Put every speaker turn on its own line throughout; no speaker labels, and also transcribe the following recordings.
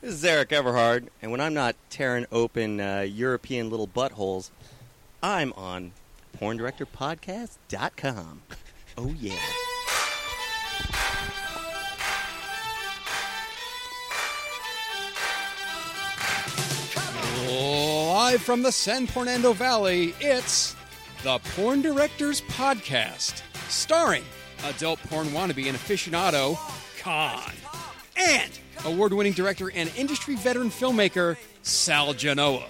This is Eric Everhard, and when I'm not tearing open uh, European little buttholes, I'm on PornDirectorPodcast.com. Oh, yeah.
Live from the San Fernando Valley, it's the Porn Directors Podcast, starring adult porn wannabe and aficionado Khan and award winning director and industry veteran filmmaker Sal Genoa.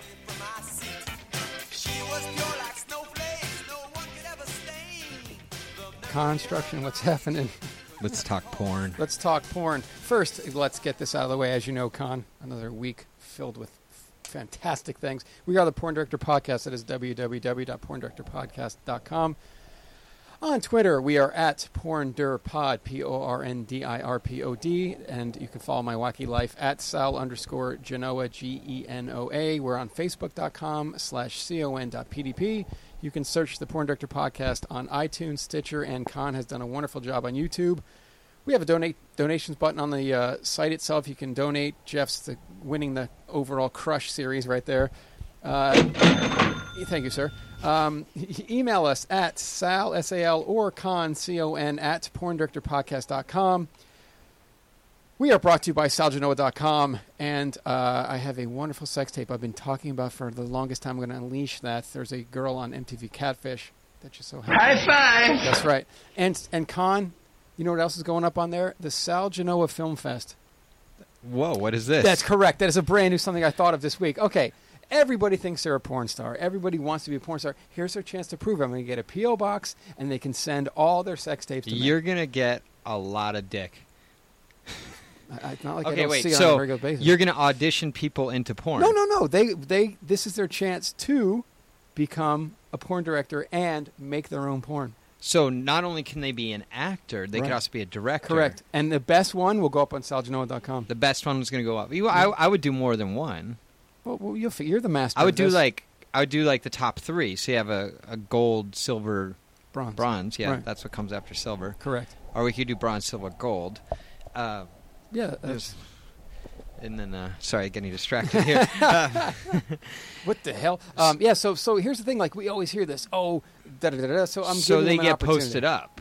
Construction, what's happening?
Let's talk porn.
Let's talk porn. First, let's get this out of the way. As you know, Con, another week filled with f- fantastic things. We are the Porn Director Podcast. That is www.porndirectorpodcast.com. On Twitter, we are at PornDirPod, P O R N D I R P O D, and you can follow my wacky life at Sal underscore Genoa, G E N O A. We're on Facebook.com slash con.pdp. You can search the Porn Director Podcast on iTunes, Stitcher, and Con has done a wonderful job on YouTube. We have a donate donations button on the uh, site itself. You can donate. Jeff's the, winning the overall crush series right there. Thank you, sir. Um, e- email us at sal, S-A-L, or con, C-O-N, at porndirectorpodcast.com. We are brought to you by salgenoa.com, and uh, I have a wonderful sex tape I've been talking about for the longest time. I'm going to unleash that. There's a girl on MTV Catfish that just so happens.
High five!
That's right. And, and con, you know what else is going up on there? The Sal Genoa Film Fest.
Whoa, what is this?
That's correct. That is a brand new something I thought of this week. Okay. Everybody thinks they're a porn star. Everybody wants to be a porn star. Here's their chance to prove it. I'm going to get a P.O. box and they can send all their sex tapes to me.
You're gonna get a lot of dick.
I- I- it's not like I
Okay,
don't
wait.
see it on a
So
regular basis.
you're gonna audition people into porn?
no, no, no. They, they, this is their chance to become a porn director and make their own porn.
So not only can they be an actor, they
Right.
could also be a director.
Correct. And the best one will go up on salgenoa.com.
The best one was gonna go up. You, I, I would do more than one.
Well, well, you'll, fi- you're the master.
I
of
would do
this.
like I would do like the top three. So you have a, a gold, silver,
bronze.
bronze. Yeah,
Right.
that's what comes after silver.
Correct.
Or we could do bronze, silver, gold. Uh,
Yeah. that's-
and then, uh, sorry, getting distracted here.
What the hell? Um, yeah. So so here's the thing. Like we always hear this. Oh, da da da da. So I'm
so
giving
they
them an
get posted
opportunity.
up.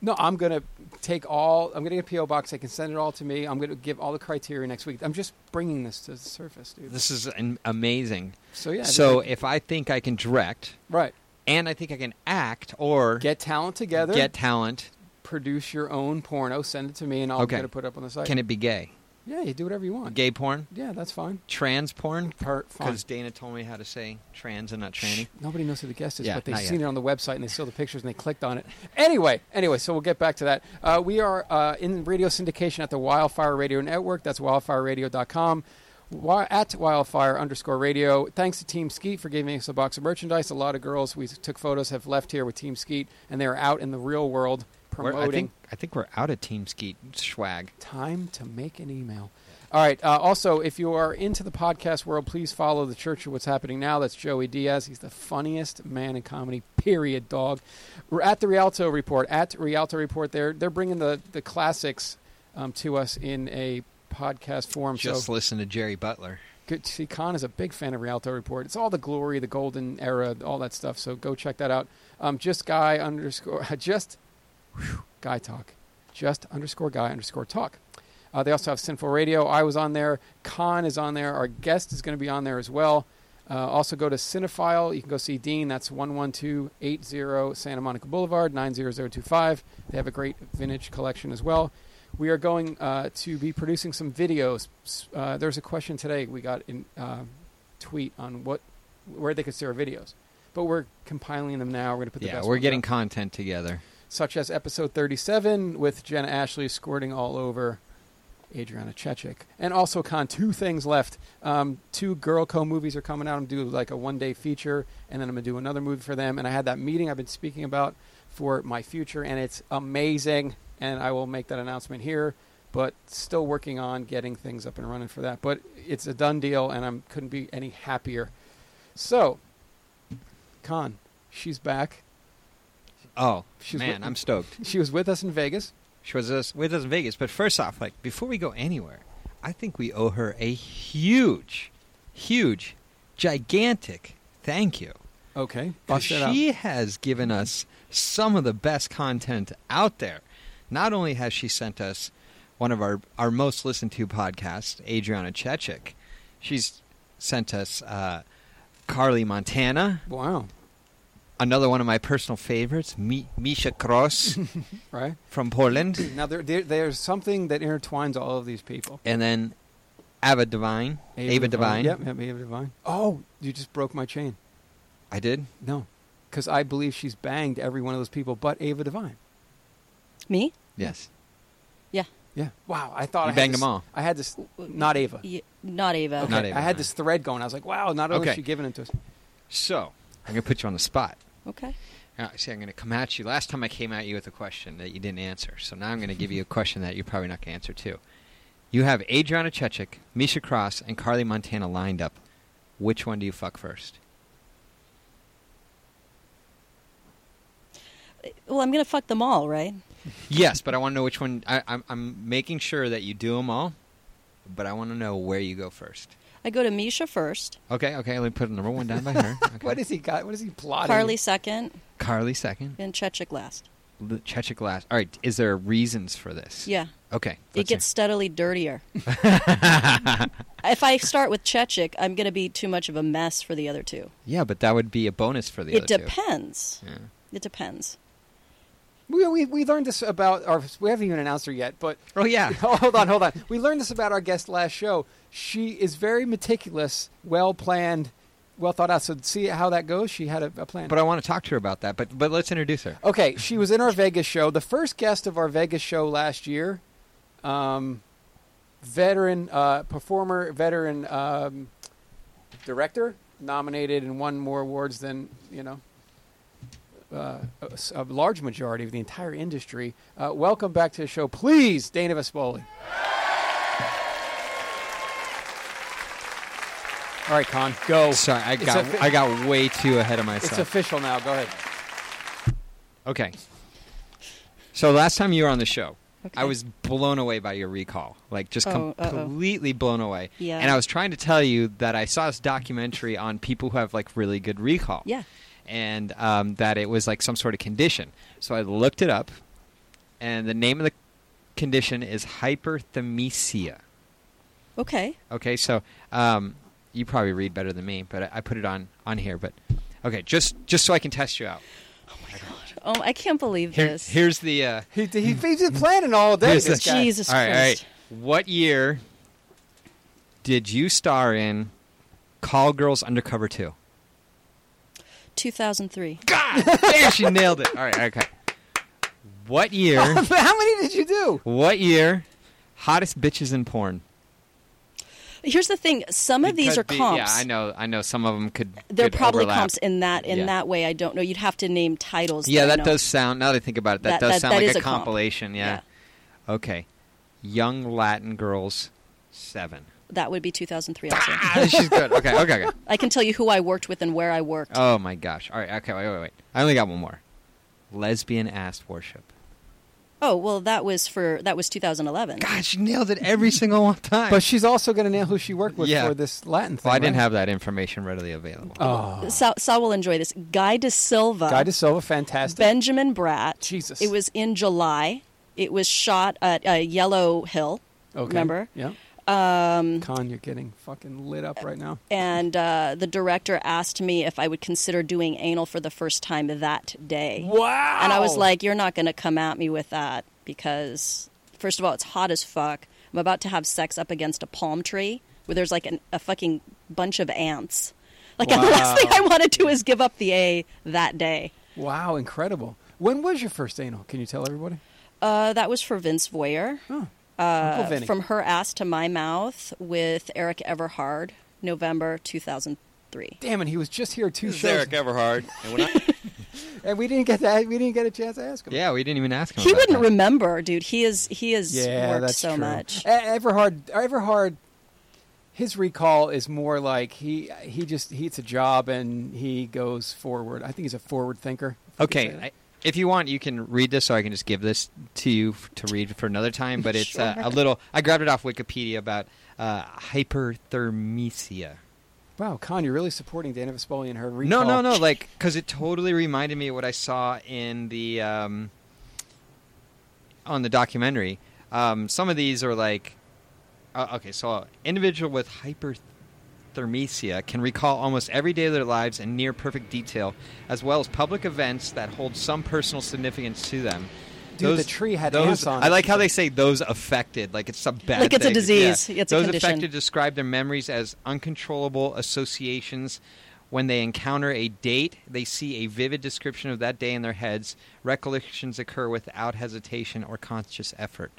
No, I'm gonna take all. I'm gonna get a PO box. They can send it all to me. I'm gonna give all the criteria next week. I'm just bringing this to the surface, dude.
This is an, amazing.
so yeah.
so
just-
if I think I can direct
right,
and I think I can act or
get talent together.
get talent,
produce your own porno. Send it to me, and I'll
Okay.
get it put up on the site.
can it be gay?
yeah, you do whatever you want.
Gay porn?
Yeah, that's fine.
Trans porn?
Part fine.
Because Dana told me how to say trans and not tranny.
Nobody knows who the guest is,
Yeah,
but they've
not yet.
seen it on the website and they saw the pictures and they clicked on it. Anyway, anyway, so we'll get back to that. Uh, we are uh, in radio syndication at the Wildfire Radio Network. That's wildfireradio.com. Wi- At wildfire underscore radio. Thanks to Team Skeet for giving us a box of merchandise. A lot of girls we took photos have left here with Team Skeet, and they are out in the real world
We're-
promoting
I think I think we're out of Team Skeet swag.
time to make an email. All right. Uh, also, if you are into the podcast world, please follow the Church of What's Happening Now. That's Joey Diaz. He's the funniest man in comedy. Period. Dog. We're at the Rialto Report. At Rialto Report, they're they're bringing the the classics um, to us in a podcast form.
Just
so
listen to Jerry Butler.
good to see Khan is a big fan of Rialto Report. It's all the glory, the golden era, all that stuff. So go check that out. Um, just guy underscore just whew, guy talk, just underscore guy underscore talk. Uh, they also have Sinful Radio. I was on there. Khan is on there. Our guest is going to be on there as well. Uh, also go to Cinephile. You can go see Dean. That's 11280 Santa Monica Boulevard, 90025. They have a great vintage collection as well. We are going uh, to be producing some videos. S- Uh, there's a question today we got in uh, tweet on what where they could see our videos, but we're compiling them now. We're going to put the
Yeah,
best
we're
ones
getting
up
content together.
such as episode 37 with Jenna Ashley squirting all over Adriana Chechik. And also, Con, two things left. Um, two Girl Co movies are coming out. I'm doing like a one day feature, and then I'm going to do another movie for them. And I had that meeting I've been speaking about for my future, and it's amazing. And I will make that announcement here, but still working on getting things up and running for that. But it's a done deal, and I couldn't be any happier. So, Con, she's back.
Oh
She's
man,
with-
I'm stoked.
She was with us in Vegas.
She was us- with us in Vegas. But first off, like before we go anywhere, I think we owe her a huge, huge, gigantic thank you.
Okay,
'Cause
bust it up.
She has given us some of the best content out there. Not only has she sent us one of our, our most listened to podcasts, Adriana Chechik, she's sent us uh, Carly Montana,
Wow.
another one of my personal favorites, Mi- Misha Cross
Right
from Poland,
now, there, there there's something that intertwines all of these people.
and then Ava Divine. Ava, Divine.
Yep, yep, Ava Divine. Oh, you just broke my chain.
I did.
No, because I believe she's banged every one of those people, but Ava Divine.
Me?
Yes.
Yeah.
Yeah. Wow. I thought
You
I had
banged
this-
them all.
I had this. Not Ava.
Y- not Ava.
Not Ava
I had
Divine.
this thread going. I was like, wow. Not only is
Okay.
she giving it to us.
So I'm going to put you on the spot.
Okay.
Now, see, I'm going to come at you. Last time I came at you with a question that you didn't answer, so now I'm going to give you a question that you're probably not going to answer too. You have Adriana Chechik, Misha Cross, and Carly Montana lined up. Which one do you fuck first?
Well, I'm gonna fuck them all, right?
Yes, but I want to know which one. I, I'm, I'm making sure that you do them all, but I want to know where you go first.
I go to Misha first,
Okay, okay. Let me put number one down by her. Okay.
What is he got? What is he plotting?
Carly second,
Carly second,
and Chechik last.
L- Chechik last. All right. Is there reasons for this?
Yeah.
Okay.
It
let's hear.
gets steadily dirtier. if I start with Chechik, I'm going to be too much of a mess for the other two.
Yeah, but that would be a bonus for the
it
other two.
depends.
Yeah.
It depends.
We, we, we learned this about our. We haven't even announced her yet, but
Oh yeah.
hold on, hold on. We learned this about our guest last show. She is very meticulous, well planned, well thought out. So see how that goes. She had a, a plan.
But I want to talk to her about that. But but let's introduce her.
Oh,
okay, she was in our Vegas show, the first guest of our Vegas show last year. Um, veteran uh, performer, veteran um, director, nominated and won more awards than you know. Uh, a, s- a large majority of the entire industry. Uh, welcome back to the show, please, Dana Vespoli. All right, Con,
oh.
go.
Sorry, I
It's
got
offi-
I got way too ahead of
It's
myself.
official now. Go ahead.
okay. So last time you were on the show, I
Okay.
was blown away by your recall, like just
Oh, uh-oh.
completely blown away.
Yeah.
And I was trying to tell you that I saw this documentary on people who have like really good recall.
Yeah.
And um, that it was like some sort of condition. So I looked it up, and the name of the condition is hyperthermesia.
Okay.
Okay, so um, you probably read better than me, but I, I put it on on here. But okay, just just so I can test you out.
Oh, I can't believe
Here,
this.
Here's the. Uh,
He, he, he's been planning all day.
here's
This
the-
guy.
Jesus
all right, all
Christ.
right. What year did you star in Call Girls Undercover Two?
2003.
God, damn, she nailed it. All right, okay. What year?
How many did you do?
what year? Hottest bitches in porn.
Here's the thing: some of
It
these
could
are
be-
comps.
Yeah, I know. I know some of them could.
They're
could
probably
overlap.
comps in that in
Yeah.
that way. I don't know. You'd have to name titles.
Yeah,
I
that
know.
does sound. Now that I think about it, that,
That-
does
that-
sound
that
like
is
a
a comp.
compilation. Yeah. Okay, young Latin girls seven.
That would be 2003. Also.
Ah, she's good. Okay, okay, okay.
I can tell you who I worked with and where I worked.
Oh my gosh. All right. Okay. Wait, wait, wait. I only got one more. Lesbian ass worship.
oh well, that was for that was 2011.
God, she nailed it every single one time.
But she's also going to nail who she worked with
Yeah.
for this Latin thing.
well, I didn't
right?
have that information readily available.
Oh,
Sal, Sal will enjoy this. Guy De Silva.
Guy De Silva, fantastic.
Benjamin Bratt.
Jesus.
It was in July. It was shot at uh, Yellow Hill. Remember?
Yeah. Um, Con, you're getting fucking lit up right now.
And uh, the director asked me if I would consider doing anal for the first time that day.
Wow.
And I was like, you're not going to come at me with that because, first of all, it's hot as fuck. I'm about to have sex up against a palm tree where there's like an, a fucking bunch of ants. Like, the last thing I want to do is give up the A that day.
wow, incredible. When was your first anal? Can you tell everybody?
Uh, that was for Vince Voyer.
Oh, Uncle
Uh,
Vinny.
from her ass to my mouth with Eric Everhard, November 2003.
Damn it, he was just here two
This is
shows,
Eric Everhard. And when I,
and we didn't get that. We didn't get a chance to ask him.
yeah, we didn't even ask him.
He
about
wouldn't
that.
remember, dude. He is he has
yeah,
worked
that's
so
true.
much.
E- Everhard, Everhard, his recall is more like he he just he it's a job and he goes forward. I think he's a forward thinker. if you could say
Okay,
that.
I, If you want, you can read this, or I can just give this to you f- to read for another time. But it's uh, a little. I grabbed it off Wikipedia about uh, hyperthermesia.
Wow, Con, you're really supporting Dana Vespoli and her
No,
recall.
no, no. Like, because it totally reminded me of what I saw in the um, on the documentary. Um, some of these are like, uh, okay, so a individual with hyperthermesia can recall almost every day of their lives in near perfect detail, as well as public events that hold some personal significance to them.
Dude, the tree had
those,
ants on
I
it.
like how they say those affected, like it's some bad,
Like it's a
thing.
disease.
Yeah.
It's a
those
condition.
affected describe their memories as uncontrollable associations. When they encounter a date, they see a vivid description of that day in their heads. Recollections occur without hesitation or conscious effort.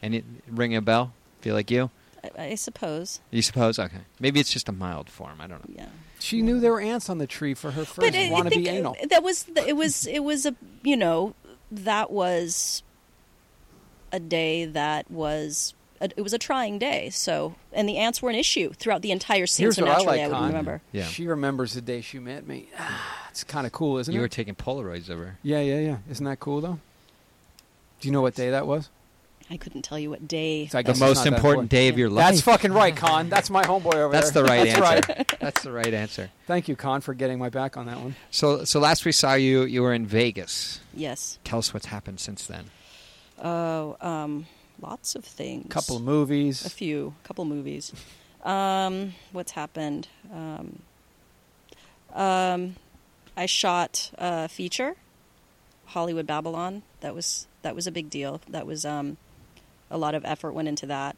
And it ring a bell? Feel like you?
I, I suppose.
You suppose? Okay. Maybe it's just a mild form. I don't know.
Yeah.
She knew there were ants on the tree for her first
I- I
wannabe
think
anal.
That was the, it was it was a you know that was a day that was a, it was a trying day. So and the ants were an issue throughout the entire scene.
Here's
so
what I
naturally,
like,
would
Con.
remember.
Yeah.
She remembers the day she met me. Ah, it's kind of cool, isn't
You
it?
were taking Polaroids of her.
yeah, yeah, yeah. Isn't that cool though? Do you know what day that was?
I couldn't tell you what day.
It's like- I
The
guess it's
most
not that
important
important.
day of your life.
That's fucking right, Con. That's my homeboy over
That's the
there.
right
That's
answer.
Right.
That's the right answer.
Thank you, Con, for getting my back on that one.
So, so last we saw you, you were in Vegas.
yes.
Tell us what's happened since then.
Oh, um, lots of things.
Couple of
a
movies.
few, couple movies. Um, what's happened? Um, um, I shot a feature, Hollywood Babylon. That was that was a big deal. That was um, a lot of effort went into that.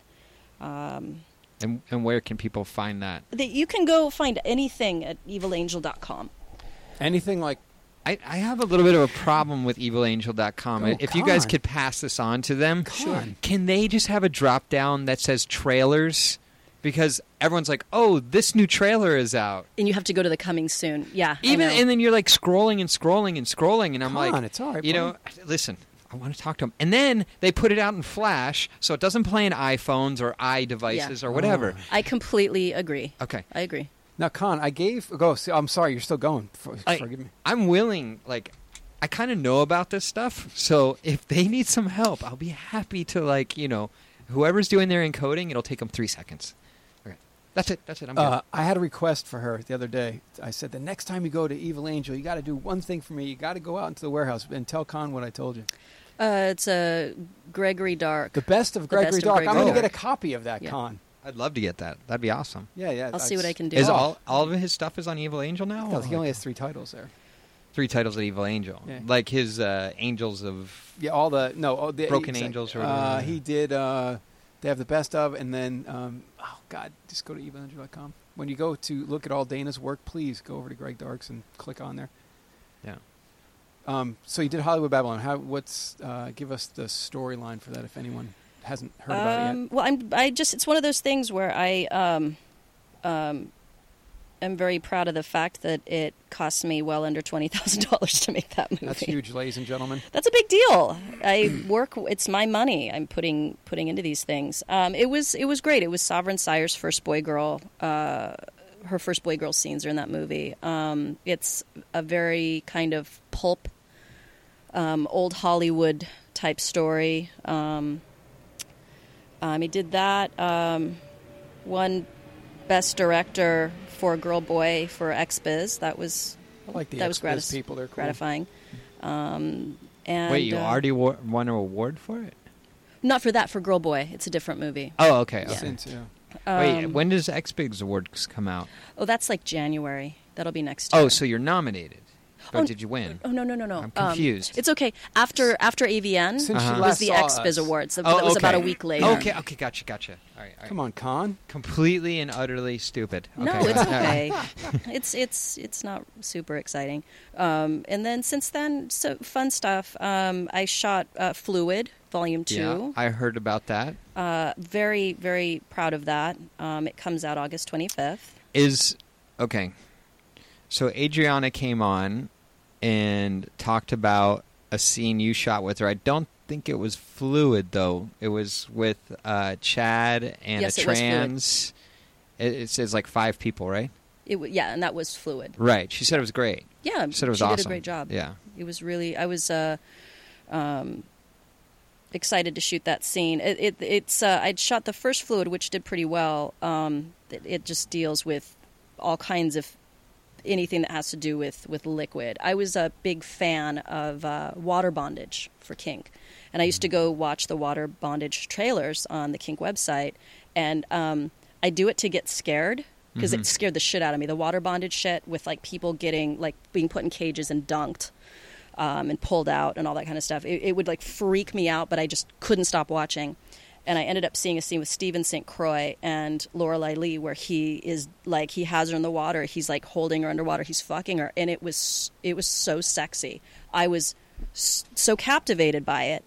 And, and where can people find that?
That you can go find anything at evilangel.com.
Anything like
I, I have a little bit of a problem with evilangel.com.
Oh,
if you guys
God.
could pass this on to them,
Sure.
can they just have a drop down that says trailers? Because everyone's like, oh, this new trailer is out.
And you have to go to the coming soon. Yeah. I
Even
know.
and then you're like scrolling and scrolling and scrolling, and I'm
Come
like,
on, it's all right,
you know, listen, I want to talk to them. And then they put it out in Flash, so it doesn't play in iPhones or iDevices or whatever.
Oh.
I completely agree.
Okay,
I agree.
now, Con? I gave. Go. see, I'm sorry, you're still going. For,
I,
forgive me.
I'm willing. Like, I kind of know about this stuff, so if they need some help, I'll be happy to like, you know, whoever's doing their encoding, it'll take them three seconds. Okay, that's it. That's it. I'm good.
Uh, I had a request for her the other day. I said, the next time you go to Evil Angel, you got to do one thing for me. You got to go out into the warehouse and tell Con what I told you.
Uh, it's a Gregory Dark.
The best of
The best
Gregory
of
Dark. I'm
Gregory
going to get a
Dark.
copy of that,
Yeah.
Con.
I'd love to get that. That'd be awesome.
Yeah, yeah.
I'll see what I can do.
Is
Yeah.
all Oh, all of his stuff is on Evil Angel now?
Because he
Or,
only
like,
has three titles there.
three titles of Evil Angel,
Yeah.
like his uh, Angels of.
Yeah, all the no, all the
Broken
exact-
Angels or
uh,
whatever.
he did. Uh, they have the best of, and then um, oh god, just go to evilangel.com. When you go to look at all Dana's work, please go over to Greg Darks and click on there.
Yeah.
Um, so you did Hollywood Babylon. How? What's? Uh, give us the storyline for that if anyone hasn't heard about it yet.
Um, Well, I'm, I just, it's one of those things where I um, um, am very proud of the fact that it cost me well under $20,000 to make that movie.
That's huge, ladies and gentlemen.
That's a big deal. I work, it's my money I'm putting, putting into these things. Um, it was, it was great. It was Sovereign Sire's first boy girl, uh, her first boy girl scenes are in that movie. Um, it's a very kind of pulp, um, old Hollywood type story. Um, um, he did that. Um, one best director for Girl Boy for X Biz. That was
I like the
that was
X-Biz
gratis-
people. They're cool.
gratifying. Um, and
Wait, you
uh,
already wa- won an award for it?
not for that for Girl Boy. It's a different movie.
Oh, okay.
Yeah.
okay.
Since, uh, yeah.
Mm-hmm. Um,
Wait, when does X Bigs Awards come out?
Oh, that's like January. That'll be next. year.
Oh, so you're nominated, but
Oh,
did you win?
Oh no no no no!
I'm
Um,
confused.
it's okay. After after AVN
Since she
Uh-huh.
was
last
the
saw
X Biz
us.
Awards. That,
Oh,
that was about a
okay.
week later.
Okay, okay, gotcha, gotcha. All right, all right.
Come on, Con.
Completely and utterly stupid. Okay,
No,
all
it's
right, all right.
okay. it's it's it's not super exciting. Um, and then since then, so fun stuff. Um, I shot uh, Fluid Volume
Yeah,
Two.
I heard about that.
uh, very very proud of that. Um, it comes out August twenty fifth.
Is okay. So Adriana came on and talked about a scene you shot with her. I don't think it was fluid though. It was with uh, Chad and
Yes,
a
it was Fluid.
trans. It, it says like five people, right?
It w- yeah, and that was Fluid.
Right. She said it was great.
Yeah,
She said it was
she
awesome.
did a great job.
Yeah.
It was really I was uh, um, excited to shoot that scene. It, it it's uh, I'd shot the first fluid, which did pretty well. Um, it, it just deals with all kinds of anything that has to do with with liquid. I was a big fan of uh, water bondage for kink, and I used to go watch the water bondage trailers on the kink website, and um, I do it to get scared because it scared the shit out of me. The water bondage shit with like people getting like being put in cages and dunked. Um, and pulled out and all that kind of stuff. It, it would like freak me out, but I just couldn't stop watching. And I ended up seeing a scene with Steven St. Croix and Lorelai Lee where he is like he has her in the water. He's like holding her underwater. He's fucking her, and it was it was so sexy. I was s- so captivated by it.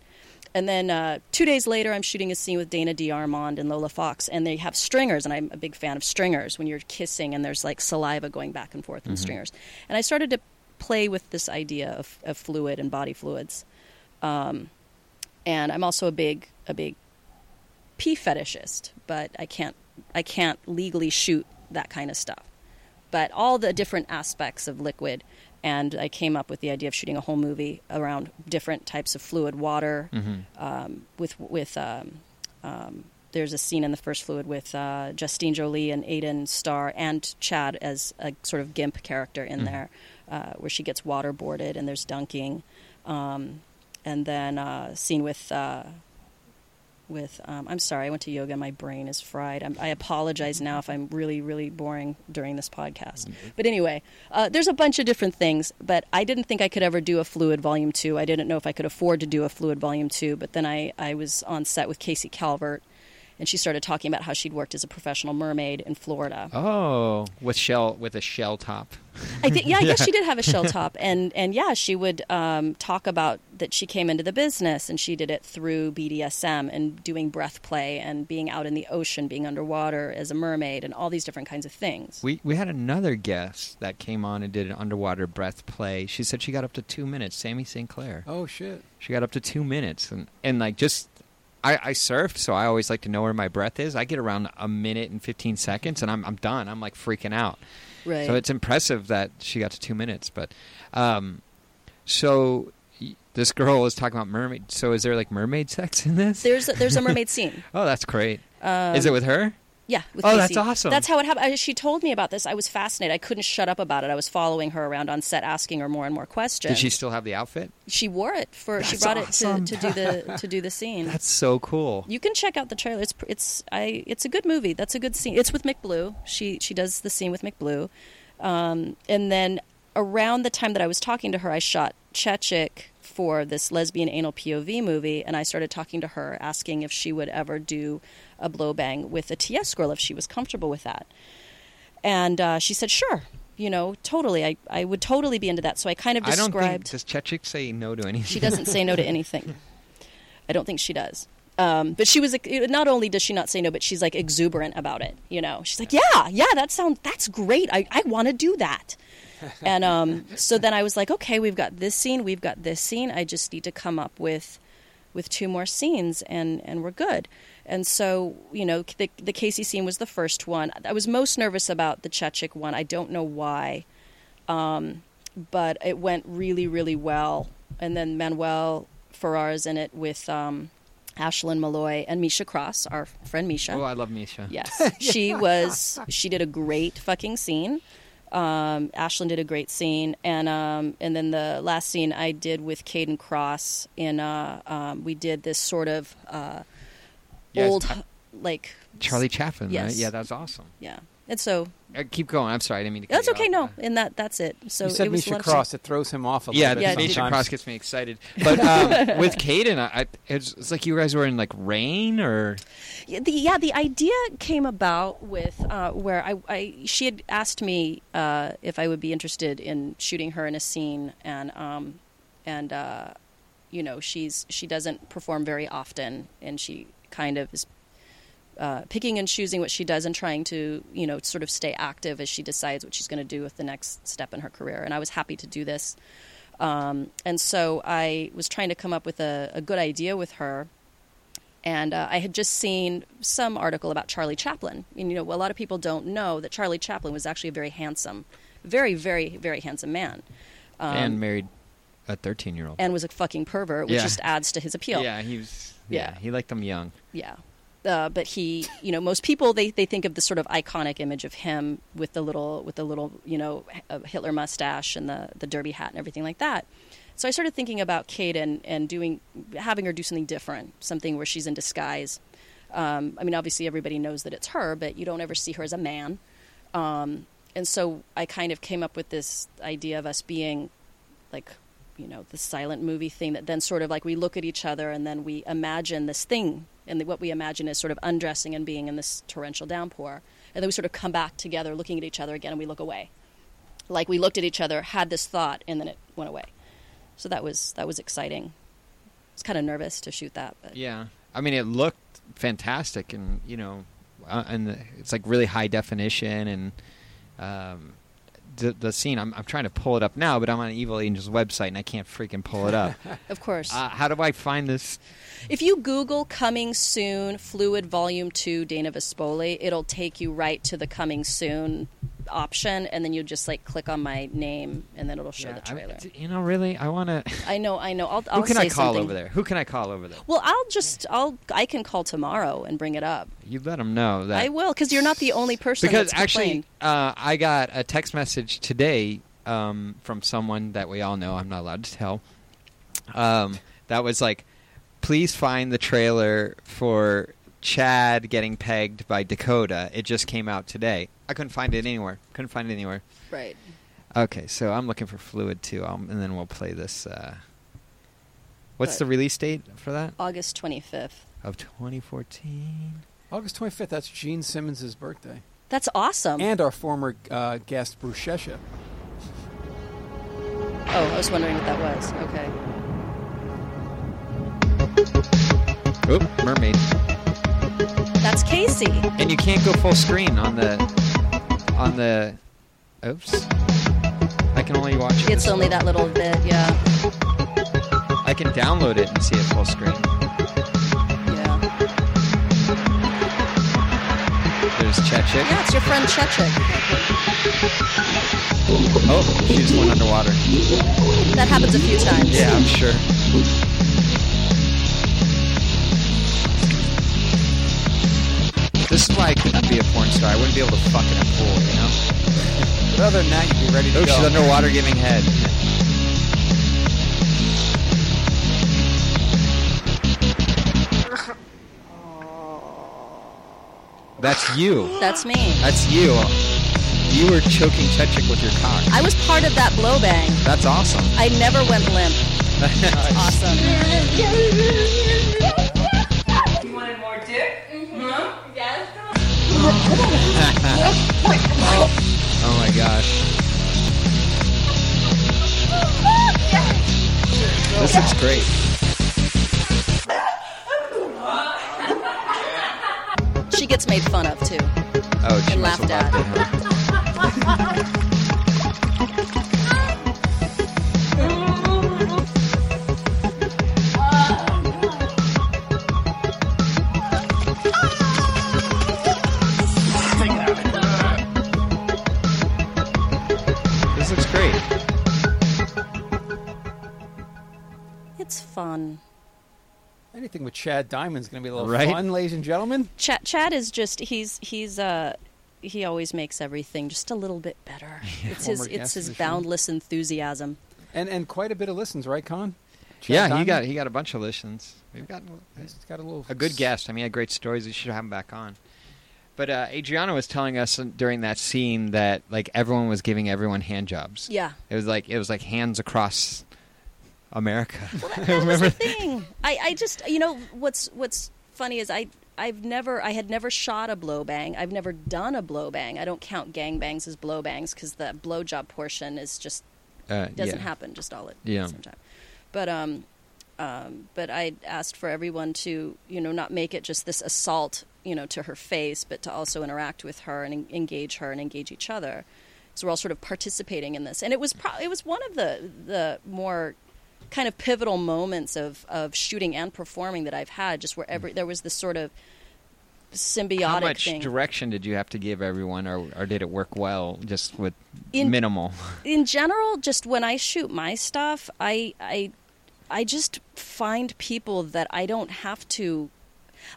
And then uh, two days later, I'm shooting a scene with Dana D'Armond and Lola Fox, and they have stringers, and I'm a big fan of stringers when you're kissing and there's like saliva going back and forth in stringers. And I started to play with this idea of, of fluid and body fluids. Um, and I'm also a big a big pee fetishist, but I can't I can't legally shoot that kind of stuff. But all the different aspects of liquid, and I came up with the idea of shooting a whole movie around different types of fluid, water, um, with with um, um, there's a scene in the first fluid with uh, Justine Jolie and Aidan Starr and Chad as a sort of gimp character in there, uh, where she gets waterboarded and there's dunking, um, and then uh, scene with. Uh, with um, I'm sorry, I went to yoga. My brain is fried. I'm, I apologize now if I'm really, really boring during this podcast. But anyway, uh, there's a bunch of different things. But I didn't think I could ever do a fluid volume two. I didn't know if I could afford to do a fluid volume two. But then I, I was on set with Casey Calvert, and she started talking about how she'd worked as a professional mermaid in Florida.
Oh, with shell with a shell top.
I think, yeah, I guess she did have a shell top, and and yeah, she would um, talk about that she came into the business and she did it through BDSM and doing breath play and being out in the ocean, being underwater as a mermaid, and all these different kinds of things.
We we had another guest that came on and did an underwater breath play. She said she got up to two minutes. Sammy St. Clair.
Oh shit!
She got up to two minutes, and and like just. I, I surfed, so I always like to know where my breath is. I get around a minute and fifteen seconds, and I'm I'm done. I'm like freaking out.
right.
So it's impressive that she got to two minutes. But um, so y- this girl is talking about mermaid. So is there like mermaid sex in this?
there's a, there's a mermaid scene.
oh, that's great. is it with her?
Yeah. With
Oh,
Casey.
that's awesome.
That's how it happened. I- She told me about this. I was fascinated. I couldn't shut up about it. I was following her around on set, asking her more and more questions.
Did she still have the outfit?
She wore it for. she
That's
brought
awesome.
it to, to do the to do the scene.
That's so cool.
You can check out the trailer. It's it's I it's a good movie. That's a good scene. It's with McBlue. She she does the scene with McBlue, um, and then around the time that I was talking to her, I shot Chechik for this lesbian anal POV movie, and I started talking to her, asking if she would ever do a blow bang with a TS girl if she was comfortable with that. And uh, she said, sure. You know, totally. I, I would totally be into that. So I kind of
I don't
described.
think does Chechik say no to anything.
She doesn't say no to anything. I don't think she does. Um, but she was not only does she not say no, but she's like exuberant about it. You know, she's like, yeah, yeah, that sounds that's great. I, I want to do that. And um, so then I was like, okay, we've got this scene, we've got this scene. I just need to come up with with two more scenes, and and we're good. And so you know, the the Casey scene was the first one. I was most nervous about the Chechik one. I don't know why um, but it went really, really well. And then Manuel Ferrar is in it with um, Ashlyn Malloy and Misha Cross, our friend Misha.
Oh, I love Misha.
Yes, she was. She did a great fucking scene. Um, Ashlyn did a great scene, and um, and then the last scene I did with Caden Cross in uh, um, we did this sort of uh,
Yes,
old
I-
like
Charlie Chaplin,
Yes.
right? Yeah, that's awesome.
yeah, and so
Uh, keep going. I'm sorry, I didn't mean to. cut
that's
you
okay. No,
off. Uh,
and that that's it. So
you said
it was a
Misha
lot of fun.
Cross. It throws him off a little
Yeah,
bit.
Yeah, it
Nisha
did.
Cross gets me excited. But um, with Caden, I, I, it's, it's like you guys were in like rain or
Yeah, the, yeah, the idea came about with uh, where I, I she had asked me uh, if I would be interested in shooting her in a scene, and um, and uh, you know she's she doesn't perform very often, and she kind of is uh, picking and choosing what she does and trying to you know sort of stay active as she decides what she's going to do with the next step in her career. And I was happy to do this, um, and so I was trying to come up with a, a good idea with her and uh, I had just seen some article about Charlie Chaplin. And you know, a lot of people don't know that Charlie Chaplin was actually a very handsome, very, very, very handsome man.
and married a 13 year old.
and was a fucking pervert, which
Yeah.
just adds to his appeal.
Yeah, he was.
Yeah.
Yeah. he liked them young.
Yeah. Uh, but he, you know, most people they, they think of the sort of iconic image of him with the little with the little you know h- uh, Hitler mustache and the the derby hat and everything like that. So I started thinking about Kate and, and doing having her do something different, something where she's in disguise. Um, I mean, obviously everybody knows that it's her, but you don't ever see her as a man. Um, and so I kind of came up with this idea of us being like you know the silent movie thing that then sort of like we look at each other and then we imagine this thing and what we imagine is sort of undressing and being in this torrential downpour and then we sort of come back together looking at each other again and we look away like we looked at each other had this thought and then it went away so that was that was exciting I was kind of nervous to shoot that but
Yeah, I mean, it looked fantastic, and you know, uh, and the, it's like really high definition, and um, the, the scene. I'm, I'm trying to pull it up now, but I'm on Evil Angel's website, and I can't freaking pull it up.
of course
uh, how do I find this?
If you Google coming soon fluid volume 2 Dana Vespoli, it'll take you right to the coming soon option and then you just like click on my name and then it'll show
I-
the trailer.
you know, really, I want to.
I, know, I know. I'll, I'll
Who can
say
I call
something.
over there? Who can I call over there?
Well, I'll just I'll I can call tomorrow and bring it up.
You let them know that
I will cuz you're not the only person
because
that's
actually
complained.
uh, i got a text message today um, from someone that we all know i'm not allowed to tell um, that was like please find the trailer for chad getting pegged by dakota it just came out today i couldn't find it anywhere couldn't find it anywhere
right.
okay so i'm looking for fluid too um, and then we'll play this uh, what's
But-
the release date for that
August 25th.
of 2014
August 25th, that's Gene Simmons' birthday.
That's awesome.
And our former uh, guest, Bruce Shesha.
oh, I was wondering what that was. Okay.
Oop, mermaid
That's Casey.
And you can't go full screen on the on the oops. I can only watch it.
It's
this-
only that little bit. Yeah.
I can download it and see it full screen.
Yeah.
There's Chechik.
Yeah, it's your friend Chechik.
Oh, she just went underwater.
That happens a few times.
Yeah, I'm sure. This is why I couldn't be a porn star. I wouldn't be able to fuck in a pool, you know?
But other than that, you'd be ready to
Oh,
go.
she's underwater giving head. That's you.
That's me.
That's you. You were choking Chechik with your cock.
I was part of that blow bang.
That's awesome.
I never went limp. It's awesome.
You wanted more dick? Mm-hmm. Yes.
Oh my gosh. This looks great.
She gets made fun of too.
Oh, she
And
must have
laughed at.
laughed at him. This looks great.
It's fun.
Anything with Chad Diamond's going to be a little
Right?
fun, ladies and gentlemen.
Chad, Chad is just he's he's uh he always makes everything just a little bit better. It's his
Former
it's
guest
his
of the show.
boundless enthusiasm.
And and quite a bit of listens, right, Con? Chad
Yeah, he
Diamond?
got he got a bunch of listens. We've gotten
He's got a little
a good guest. I mean, he had great stories. We should have him back on. But uh, Adriana was telling us during that scene that like everyone was giving everyone hand jobs.
Yeah.
It was like it was like hands across America.
That was the thing. I, I just you know what's what's funny is I I've never I had never shot a blow bang. I've never done a blow bang. I don't count gang bangs as blow bangs because the blow job portion is just
Uh,
doesn't
yeah.
happen just all at
Yeah.
the same time. But um, um, but I asked for everyone to you know not make it just this assault you know to her face, but to also interact with her and en- engage her and engage each other. So we're all sort of participating in this, and it was pro- it was one of the the more kind of pivotal moments of of shooting and performing that I've had, just where every there was this sort of symbiotic
Hmm. How much
thing.
direction did you have to give everyone, or, or did it work well just with
In-
minimal?
in general, just when I shoot my stuff, I I I just find people that I don't have to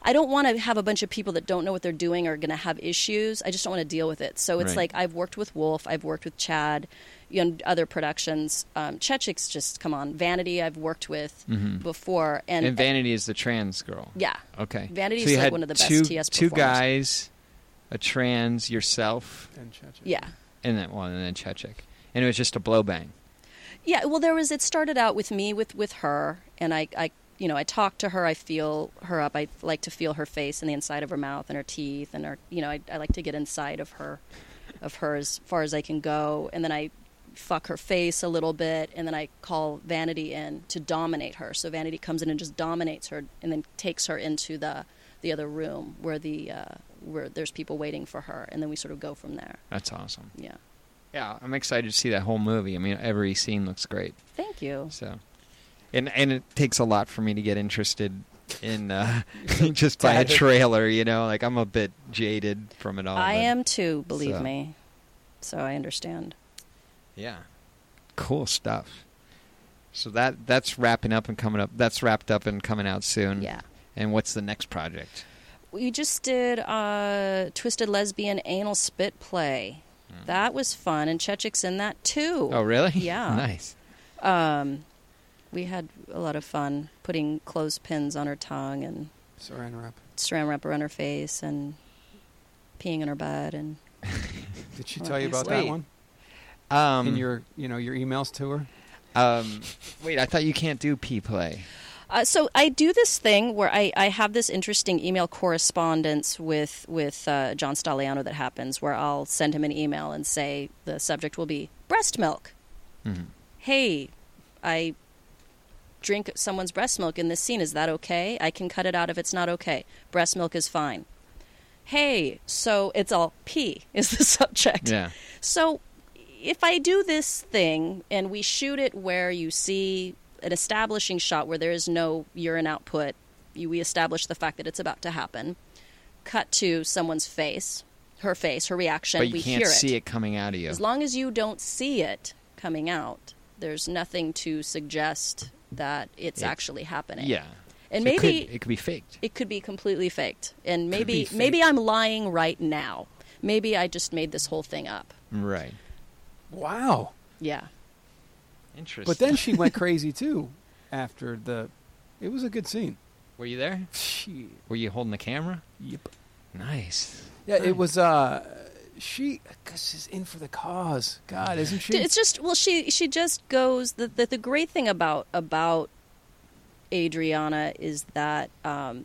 I don't want to have a bunch of people that don't know what they're doing are going to have issues. I just don't want to deal with it. So it's
Right.
like I've worked with Wolf, I've worked with Chad, you know, other productions. Um, Chechik's just come on. Vanity, I've worked with before, and,
Mm-hmm. And, Vanity is the trans girl.
yeah,
Okay.
Vanity's
so you
like
had
one of the best
two,
TS
Two
performers.
guys, a trans, yourself,
And Chechen.
yeah.
and then well, and then Chechik, and it was just a blow bang.
Yeah, well, there was. It started out with me with with her, and I, I, you know, I talk to her. I feel her up. I like to feel her face and the inside of her mouth and her teeth and her. You know, I, I like to get inside of her, of her as far as I can go, and then I fuck her face a little bit, and then I call Vanity in to dominate her. So Vanity comes in and just dominates her, and then takes her into the the other room where the uh, where there's people waiting for her, and then we sort of go from there.
That's awesome.
Yeah.
Yeah, I'm excited to see that whole movie. I mean, every scene looks great.
Thank you.
So, and and it takes a lot for me to get interested in uh, just by a
Tatted.
trailer. You know, like I'm a bit jaded from it all.
I
but-
am too, believe
So-
me. So I understand.
Yeah. Cool stuff. So that that's wrapping up and coming up. That's wrapped up and coming out soon.
Yeah.
And what's the next project?
We just did uh, Twisted Lesbian Anal Spit Play. That was fun, and Chechik's in that too.
Mm. Oh, really?
Yeah.
nice.
We had a lot of fun putting clothespins on her tongue and
Saran wrap.
saran wrap around her face and peeing in her butt. And
Did she
Well,
tell you
that's
about
wait.
that one
Um,
in your you know your emails to her?
um, wait, I thought you can't do P play.
uh, so I do this thing where I, I have this interesting email correspondence with with uh, John Staliano that happens where I'll send him an email and say the subject will be breast milk. hey, I drink someone's breast milk in this scene. Is that okay? I can cut it out if it's not okay. Breast milk is fine. Hey, so it's all P is the subject.
Yeah.
So if I do this thing and we shoot it where you see an establishing shot where there is no urine output, you, we establish the fact that it's about to happen. Cut to someone's face, her face, her reaction.
But you
we
can't
hear
see it coming out of you.
as long as you don't see it coming out, there's nothing to suggest that it's
It-
actually happening.
yeah.
And
So it
maybe-
could, it could be faked.
It could be completely faked. And maybe
be faked.
maybe I'm lying right now. Maybe I just made this whole thing up.
right.
Wow.
Yeah.
Interesting.
But then she went crazy too after the. It was a good scene.
were you there?
She.
Were you holding the camera?
Yep.
Nice.
Yeah, it was. uh She. Cause she's in for the cause. God, isn't she?
It's just well she she just goes the the, the great thing about about Adriana is that um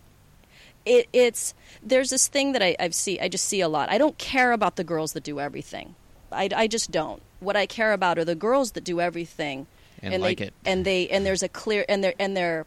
it, it's there's this thing that I, I've see I just see a lot. I don't care about the girls that do everything. I, I just don't. What I care about are the girls that do everything
And like
they,
it.
And they and there's a clear and they're and they're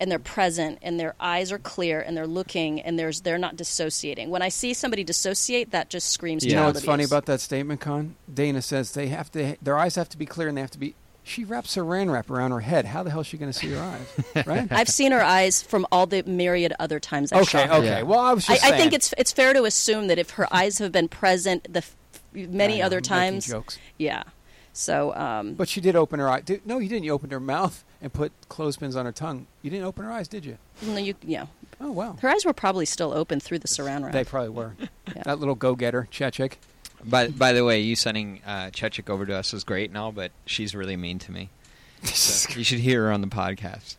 and they're present and their eyes are clear and they're looking and there's they're not dissociating. When I see somebody dissociate, that just screams.
You
You know
child
what's funny
abuse.
about that statement, Con? Dana says they have to. Their eyes have to be clear, and they have to be. She wraps saran wrap around her head. How the hell is she going to see her eyes? Right?
I've seen her eyes from all the myriad other times I've
okay.
shot her.
Okay.
Yeah.
Well, I was
I,
just.
I
saying.
think it's it's fair to assume that if her eyes have been present the f- many
I know,
other
I'm making
times,
jokes.
yeah. So um,
But she did open her eye. Did, no, you didn't. You opened her mouth and put clothespins on her tongue. You didn't open her eyes, did you?
no, you yeah,
Oh wow.
her eyes were probably still open through the saran wrap.
They uh, probably were.
Yeah.
That little go-getter, Chechik.
By by the way, you sending uh, Chechik over to us is great and all, but she's really mean to me. So you should hear her on the podcast.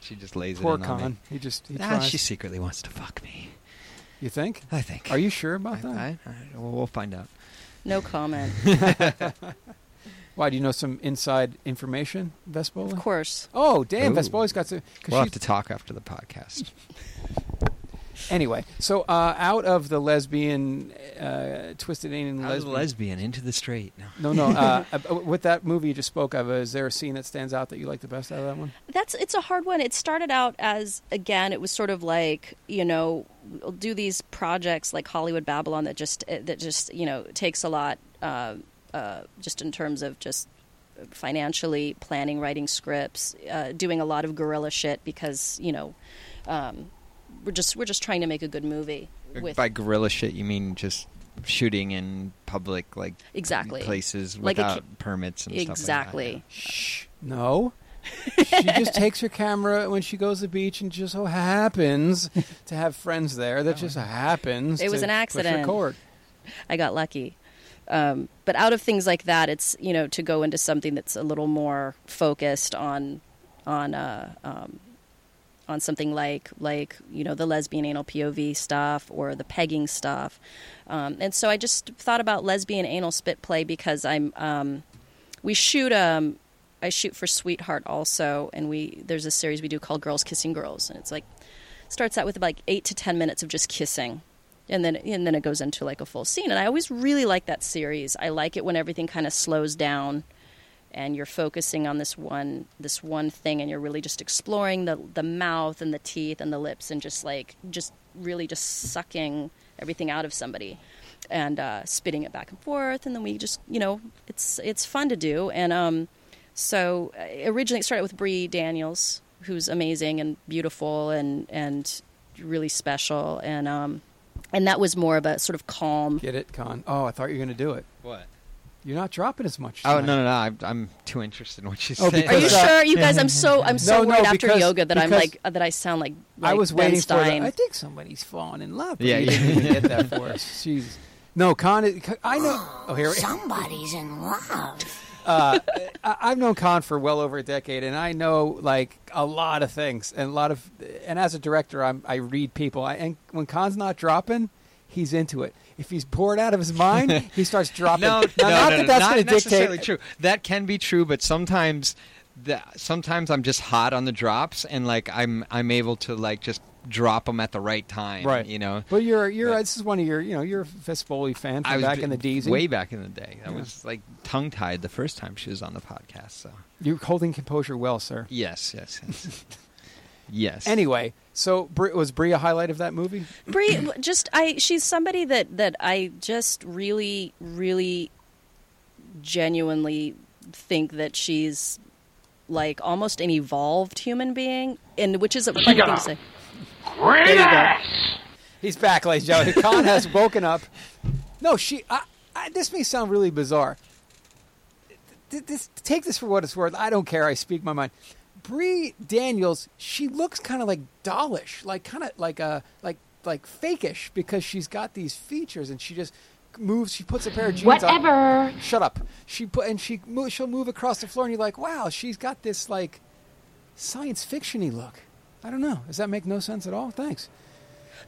She just lays
Poor
it in on me.
Con. He just he
Nah,
tries.
she secretly wants to fuck me.
You think?
I think.
Are you sure about
I,
that?
I, I, well, we'll find out.
No comment.
Why? Do you know some inside information, Vespola?
of course,
Oh damn,
Ooh.
Vespola's got to.
We'll
Cause
have to talk after the podcast.
she, anyway, so uh, out of the lesbian, uh, twisted alien
I was
lesbian.
lesbian into the straight. No.
no, no. Uh, uh, with that movie you just spoke of, uh, is there a scene that stands out that you like the best out of that one?
that's it's a hard one. It started out as again, it was sort of like you know, we'll do these projects like Hollywood Babylon that just eh, that just you know takes a lot, uh, uh, just in terms of just financially planning, writing scripts, uh, doing a lot of guerrilla shit because you know. Um, we're just we're just trying to make a good movie. With
By guerrilla shit, you mean just shooting in public, like
Exactly.
places
Like a
without
ki-
permits and
exactly.
stuff
Shh. No. she just takes her camera when she goes to the beach and just so happens to have friends there. That just happens.
It was
to
an
push
accident.
record.
I got lucky. Um, but out of things like that, it's you know to go into something that's a little more focused on on uh, um, on something like like you know the lesbian anal POV stuff or the pegging stuff, um, and so I just thought about lesbian anal spit play because I'm um, we shoot um I shoot for Sweetheart also, and we there's a series we do called Girls Kissing Girls, and it's like starts out with like eight to ten minutes of just kissing and then and then it goes into like a full scene and i always really like that series i like it when everything kind of slows down and you're focusing on this one this one thing and you're really just exploring the the mouth and the teeth and the lips and just like just really just sucking everything out of somebody and uh, spitting it back and forth and then we just you know it's it's fun to do and um so uh, originally it started with Brie Daniels, who's amazing and beautiful and and really special, and um, and that was more of a sort of calm.
Get it, Con? Oh, I thought you were going to do it.
What?
You're not dropping as much.
Oh
tonight.
no no no! I'm, I'm too interested in what she's
Oh,
saying.
Are you
because, uh,
sure, you guys? I'm so I'm so
No, no,
worried after
because-
yoga that I'm
because
like uh, that I sound like,
I
like
was
Ben
waiting
Stein.
for. The, I think somebody's falling in love. but
Yeah,
you
yeah.
didn't even get that for us. Jeez. No, Con. is- I know. Oh, here. we-
Somebody's in love.
I- I've known Con for well over a decade, and I know like a lot of things and a lot of. And as a director, I'm, I read people. I, and when Con's not dropping, he's into it. If he's bored out of his mind, he starts dropping.
no, no,
Now,
no,
not
no,
that that's
not
going to
necessarily
dictate.
true. That can be true, but sometimes, the, sometimes I'm just hot on the drops, and like I'm I'm able to like just drop them at the right time.
Right,
You know.
but you're you're this is one of your you know you're a Fespoli fan from back
b-
in the D's.
way back in the day. I
Yeah.
was like tongue tied the first time she was on the podcast. So
You're holding composure well, sir.
yes, yes, yes, yes.
Anyway, so Bri- was Brie a highlight of that movie?
Brie, just I, she's somebody that that I just really, really, genuinely think that she's like almost an evolved human being, and which is a funny thing to say. There you go.
He's back, ladies and gentlemen. Con has woken up. No, she. I, I, this may sound really bizarre. Th- This, take this for what it's worth. I don't care. I speak my mind. Brie Daniels. She looks kind of like dollish, like kind of like a like like fakish because she's got these features and she just moves. She puts a pair of jeans on.
Whatever.
Shut up. She put and she mo- she'll move across the floor and you're like, wow, she's got this like science fictiony look. I don't know. Does that make no sense at all? Thanks.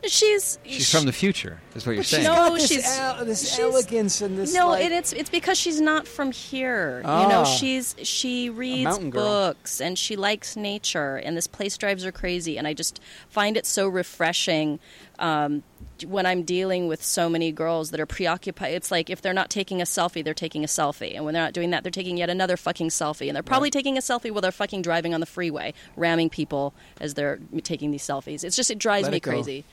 She's
she's from the future. Is what you're
But she's
saying.
No,
got this,
she's-
el- this
she's-
elegance and this
no,
like,
and it's it's because she's not from here. You
Ah.
know, she's she reads
mountain girl.
books and she likes nature, and this place drives her crazy. And I just find it so refreshing um, when I'm dealing with so many girls that are preoccupied. It's like if they're not taking a selfie, they're taking a selfie, and when they're not doing that, they're taking yet another fucking selfie, and they're probably taking a selfie while they're fucking driving on the freeway, ramming people as they're taking these selfies. It's just it drives
Let
me
it go.
crazy.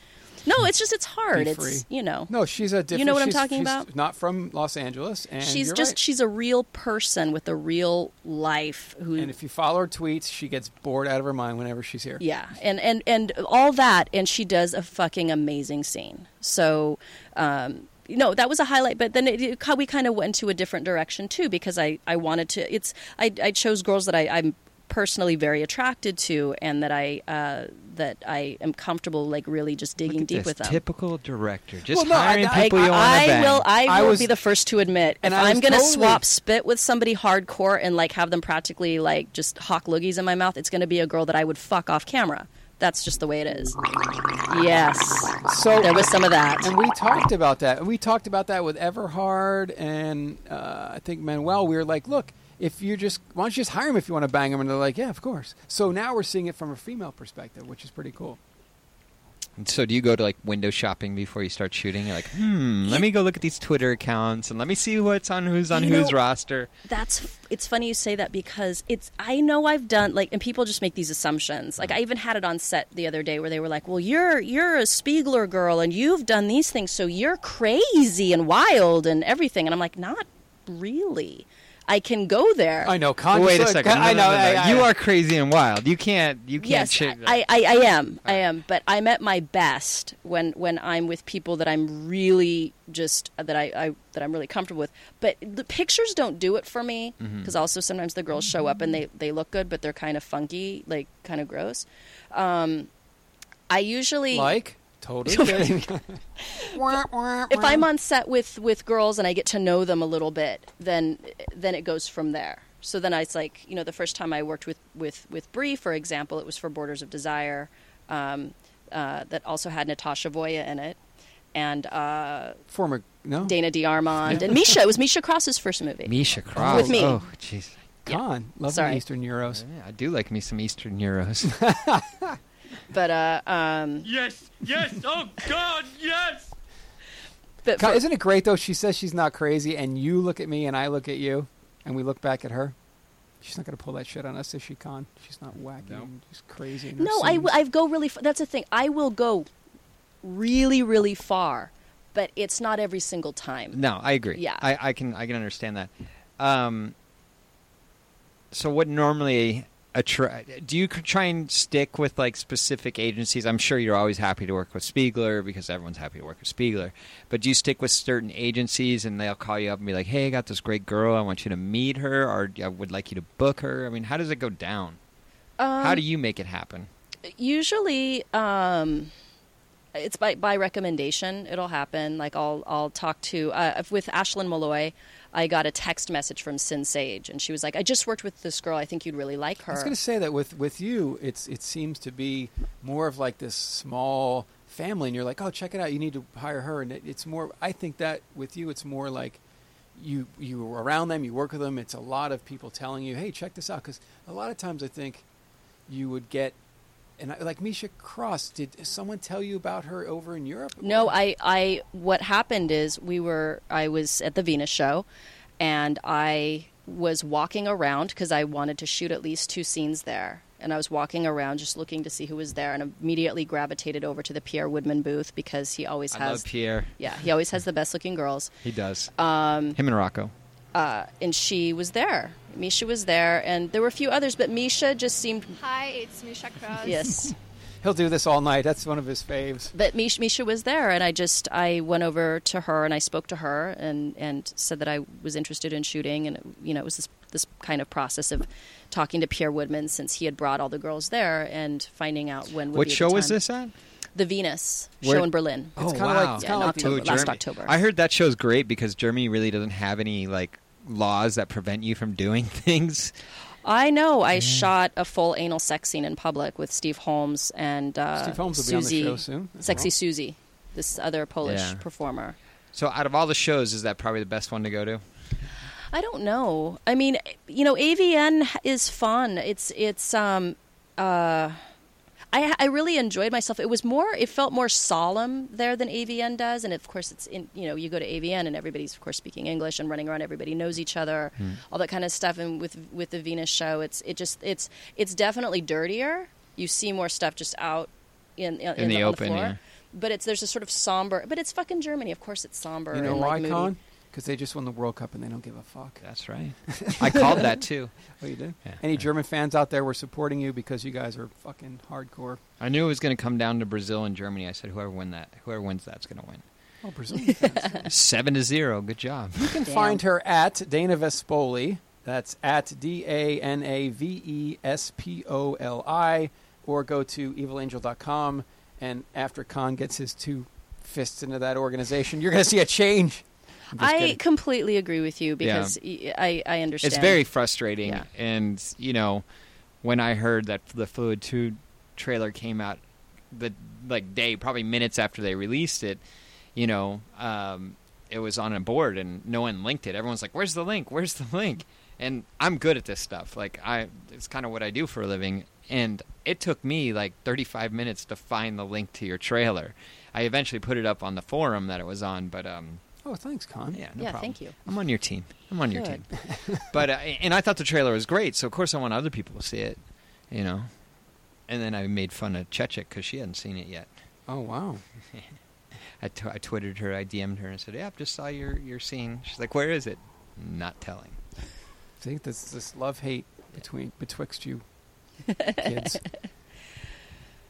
No, it's just it's hard.
Be
It's
free.
you know.
no, she's a different.
You know what I'm
she's-
talking
she's
about?
Not from Los Angeles, and
she's
you're
just
right.
she's a real person with a real life who
And if you follow her tweets, she gets bored out of her mind whenever she's here.
yeah and and and all that and she does a fucking amazing scene so um no, that was a highlight, but then it, it, we kind of went to a different direction too because I, I wanted to. It's I, I chose girls that I, I'm personally very attracted to and that I uh, that I am comfortable like really just
Look
digging
at
deep
this
with them.
Typical director, just
Well, no, I-
hiring
I-
people you want to
I
bang.
will. I,
I
will
was-
be the first to admit if
and I
I'm
was
going to
totally-
swap spit with somebody hardcore and like have them practically like just hawk loogies in my mouth, it's going to be a girl that I would fuck off camera. That's just the way it is. Yes,
So
there was some of that.
And we talked about that. And we talked about that with Everhard and uh, I think Manuel. We were like, look, if you just, why don't you just hire him if you want to bang him? And they're like, yeah, of course. So now we're seeing it from a female perspective, which is pretty cool.
So do you go to like window shopping before you start shooting? You're like, hmm, let me go look at these Twitter accounts and let me see what's on who's on
You
whose
know-
roster.
That's it's funny you say that because it's I know I've done like and people just make these assumptions. Like I even had it on set the other day where they were like, "Well, you're you're a Spiegler girl and you've done these things, so you're crazy and wild and everything." And I'm like, "Not really." I can go there.
I know. Con-
wait a
so-
second. No,
I
no,
know.
no, no.
I- I-
you are crazy and wild. You can't. You can't.
yes,
shit-
I, I, I am. I am. But I'm at my best when, when I'm with people that I'm really just uh, that I, I that I'm really comfortable with. But the pictures don't do it for me
Mm-hmm.
because also sometimes the girls show up and they they look good, but they're kind of funky, like kind of gross. Um, I usually
like totally kidding.
if I'm on set with with girls and I get to know them a little bit, then then it goes from there. So then I, it's like you know the first time I worked with with with Bree, for example, it was for Borders of Desire, um, uh, that also had Natasha Voya in it, and uh,
Former no
Dana DiArmond and Misha. It was Misha Cross's first movie.
Misha Cross.
With me.
Oh, jeez.
con. Love
Sorry.
Eastern Euros.
Yeah, I do like me some Eastern Euros.
But uh, um,
Yes, yes, oh God, yes!
but
Con,
for-
isn't it great though? She says she's not crazy, and you look at me, and I look at you, and we look back at her. She's not going to pull that shit on us, is she, Con? She's not wacky.
No.
and She's crazy. in her
No, I,
sins.
w- I go really. F- that's the thing. I will go really, really far, but it's not every single time.
No, I agree.
Yeah.
I, I can I can understand that. Um, so what normally attract? Do you c- try and stick with like specific agencies? I'm sure you're always happy to work with Spiegler because everyone's happy to work with Spiegler. But do you stick with certain agencies and they'll call you up and be like, "Hey, I got this great girl. I want you to meet her, or I would like you to book her." I mean, how does it go down?
Um,
how do you make it happen?
usually um it's by, by recommendation it'll happen like i'll i'll talk to uh, if- with ashlyn malloy i got a text message from sin sage and she was like i just worked with this girl i think you'd really like her
I was going to say that with with you, it's it seems to be more of like this small family, and you're like, oh, check it out. You need to hire her, and it, it's more. I think that with you, it's more like you you were around them, you work with them. It's a lot of people telling you, hey, check this out, because a lot of times I think you would get. And I, like Misha Cross, did someone tell you about her over in Europe?
No, I, I, what happened is we were, I was at the Venus show and I was walking around because I wanted to shoot at least two scenes there. And I was walking around just looking to see who was there and immediately gravitated over to the Pierre Woodman booth because he always
I
has,
love Pierre.
yeah, he always has the best looking girls.
He does. Um, Him and Rocco.
Uh, and she was there. Misha was there and there were a few others, but Misha just seemed,
Hi, it's Misha Kraus.
yes.
He'll do this all night. That's one of his faves.
but Misha, Misha was there, and I just I went over to her and I spoke to her and and said that I was interested in shooting, and it, you know it was this this kind of process of talking to Pierre Woodman since he had brought all the girls there and finding out when. Would
What
be a good
show was
time.
this at?
The Venus
Where-
show in Berlin.
Oh,
kinda
wow.
like- it's
Yeah, kinda in like the- October- last October.
I heard that show's great because Germany really doesn't have any like laws that prevent you from doing things.
I know. I shot a full anal sex scene in public with Steve Holmes and uh,
Steve Holmes will be on the
Susie,
show soon.
Sexy Susie, this other Polish
Yeah.
performer.
So out of all the shows, is that probably the best one to go to?
I don't know. I mean, you know, AVN is fun. It's it's um uh I I really enjoyed myself. It was more it felt more solemn there than AVN does and of course it's in you know, you go to AVN and everybody's of course speaking English and running around everybody knows each other,
Hmm.
all that kind of stuff and with with the Venus show it's it just it's it's definitely dirtier. You see more stuff just out in in,
the
on
open,
floor.
yeah.
But it's there's a sort of somber, but it's fucking Germany. Of course, it's somber.
You know
and,
why,
like, moody.
Con? Because they just won the World Cup and they don't give a fuck.
That's right. I called that too.
Oh, you do?
Yeah.
Any German fans out there were supporting you because you guys are fucking hardcore.
I knew it was going to come down to Brazil and Germany. I said, whoever win that, whoever wins that's going to win.
Oh, Brazilian fans.
Seven to zero. Good job.
you can
Damn.
find her at Dana Vespoli. That's at D A N A V E S P O L I. Or go to evilangel.com. And after Khan gets his two fists into that organization, you're going to see a change. I'm just
I
kidding.
completely agree with you because y I I I understand.
It's very frustrating.
Yeah.
And you know, when I heard that the Fluid Two trailer came out, the like day, probably minutes after they released it, you know, um, it was on a board and no one linked it. Everyone's like, "Where's the link? Where's the link?" And I'm good at this stuff. Like I, it's kind of what I do for a living. And it took me like 35 minutes to find the link to your trailer. I eventually put it up on the forum that it was on, but um,
Oh, thanks, Khan.
yeah, no
Yeah,
problem.
thank you.
I'm on your team. I'm on your
Good.
team. but uh, and I thought the trailer was great, so of course I want other people to see it, you know. And then I made fun of Chechik because she hadn't seen it yet.
Oh, wow.
I, t- I twittered her, I DM'd her, and said, "Yeah, I just saw your your scene." She's like, "Where is it?" Not telling.
think there's this love hate between betwixt you kids.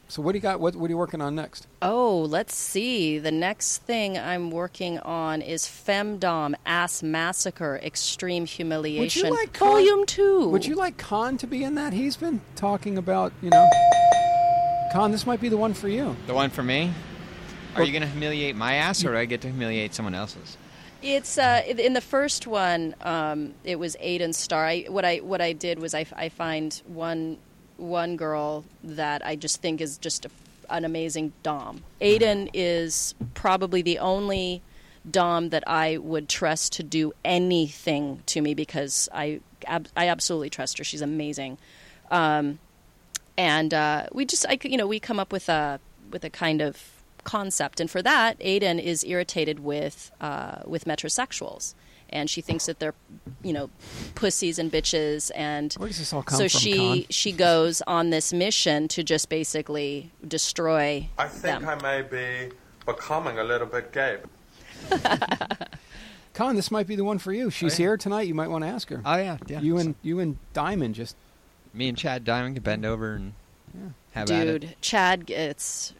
so what do you got? What what are you working on next?
Oh, let's see. The next thing I'm working on is Femdom Ass Massacre Extreme Humiliation
like con-
Volume 2.
Would you like Khan to be in that? He's been talking about you know. Khan, this might be the one for you.
The one for me? Are you going to humiliate my ass or do I get to humiliate someone else's?
It's uh, in- in the first one. Um, it was Aiden's star. I, what I what I did was I, I find one one girl that I just think is just a, an amazing dom. Aiden is probably the only dom that I would trust to do anything to me because I ab- I absolutely trust her. She's amazing and uh, we just I, c- you know we come up with a with a kind of concept and for that aiden is irritated with uh, with metrosexuals and she thinks that they're you know pussies and bitches and
Where does this all come
so
from,
she
Con?
she goes on this mission to just basically destroy
I think
them
I may be becoming a little bit gay.
Khan, this might be the one for you. She's here tonight. You might want to ask her.
Oh, yeah. yeah.
you and you and Diamond just
me and Chad Diamond can bend over and have at it.
dude chad gets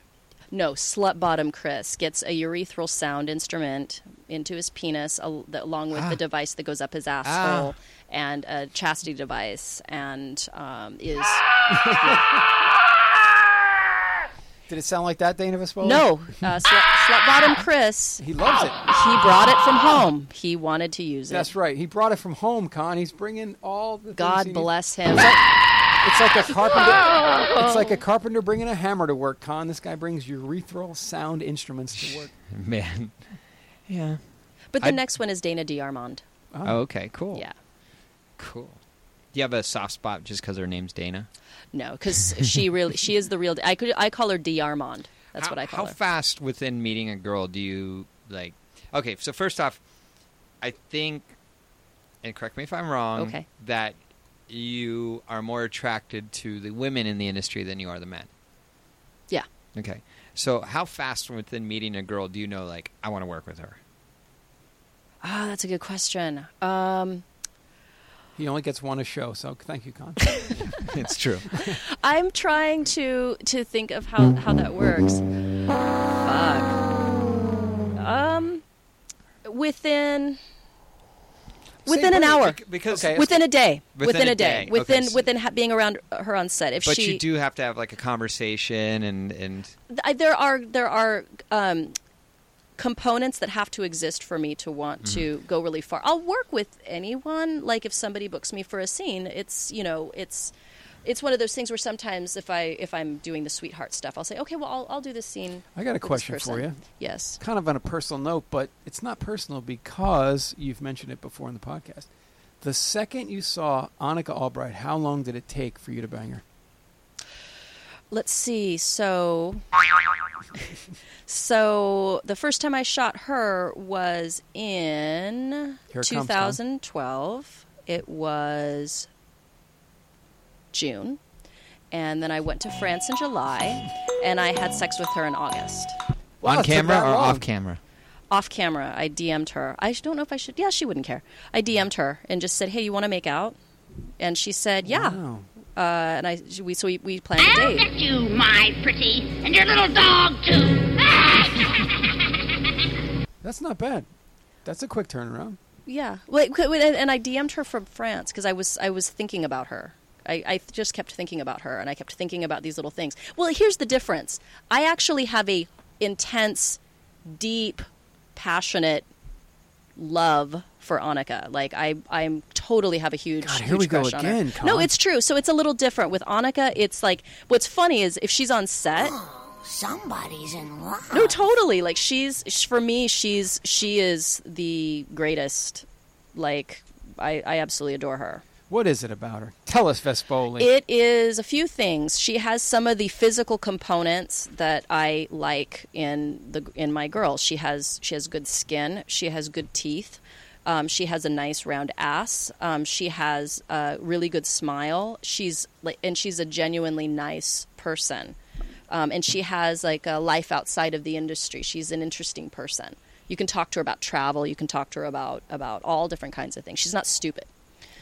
no slut bottom chris gets a urethral sound instrument into his penis al- the- along
Ah.
with the device that goes up his asshole and a chastity device and um, is
Ah.
did it sound like that, Dana Vespoli?
no Ah, uh, slut, slut bottom chris
he loves it.
he brought it from home he wanted to use it
That's right. He brought it from home, Con. He's bringing all the. things he
god
needs-
bless him
It's like a carpenter. it's like a carpenter bringing a hammer to work, Con. This guy brings urethral sound instruments to work.
Man. Yeah.
but the
I-
next one is dana d'armond
Oh, okay, cool.
yeah
Cool. Do you have a soft spot just because her name's Dana?
no because she really she is the real i could i call her d'armond that's
How-
what i call
How
her
fast within meeting a girl do you like? Okay, so first off, I think, and correct me if I'm wrong,
Okay.
that you are more attracted to the women in the industry than you are the men.
yeah
Okay, so how fast within meeting a girl do you know like I want to work with her?
Ah, that's a good question. Um,
He only gets one a show, so thank you, Con.
it's true.
I'm trying to to think of how how that works. Fuck. Um, within within an hour,
because
Okay.
within a day,
Within
within
a
a day,
day. Okay,
within
so-
within ha- being around her on set. If
but
she,
you do have to have like a conversation and and
I, there are there are um, components that have to exist for me to want to
Mm-hmm.
go really far. I'll work with anyone. Like if somebody books me for a scene, it's you know it's it's one of those things where sometimes if I if I'm doing the sweetheart stuff, I'll say okay, well I'll I'll do this scene.
I got a
with this
question for
person."
you.
Yes.
kind of on a personal note, but it's not personal because you've mentioned it before in the podcast. The second you saw Annika Albright, how long did it take for you to bang her?
Let's see. So, so the first time I shot her was in
Here it comes, Tom.
2012. It was June, and then I went to France in July, and I had sex with her in August.
Wow, it
on
took
camera
that
or
long.
off camera.
Off camera, I DM'd her. I sh- don't know if I should. Yeah, she wouldn't care. I DM'd her and just said, "Hey, you want to make out?" And she said, "Yeah."
Wow.
Uh, and I we so we, we planned a date.
you, my pretty, and your little dog, too.
That's not bad. That's a quick turnaround.
Yeah. Wait, wait, wait, and and I DM'd her from France because I was I was thinking about her. I, I just kept thinking about her, and I kept thinking about these little things. Well, here's the difference. I actually have a intense, deep, passionate love for Annika. Like I, I'm totally have a huge.
God, here
huge
we go
crush on
again,
her. No,
Colin.
it's true. So it's a little different with Annika. It's like what's funny is if she's on set,
Somebody's in love.
no, totally. Like she's sh- for me, she's she is the greatest. Like I, I absolutely adore her.
What is it about her? Tell us, Vespoli.
It is a few things. She has some of the physical components that I like in the in my girl. She has she has good skin. She has good teeth. Um, she has a nice round ass. Um, she has a really good smile. She's like, and she's a genuinely nice person. Um, and she has like a life outside of the industry. She's an interesting person. You can talk to her about travel. You can talk to her about about all different kinds of things. She's not stupid.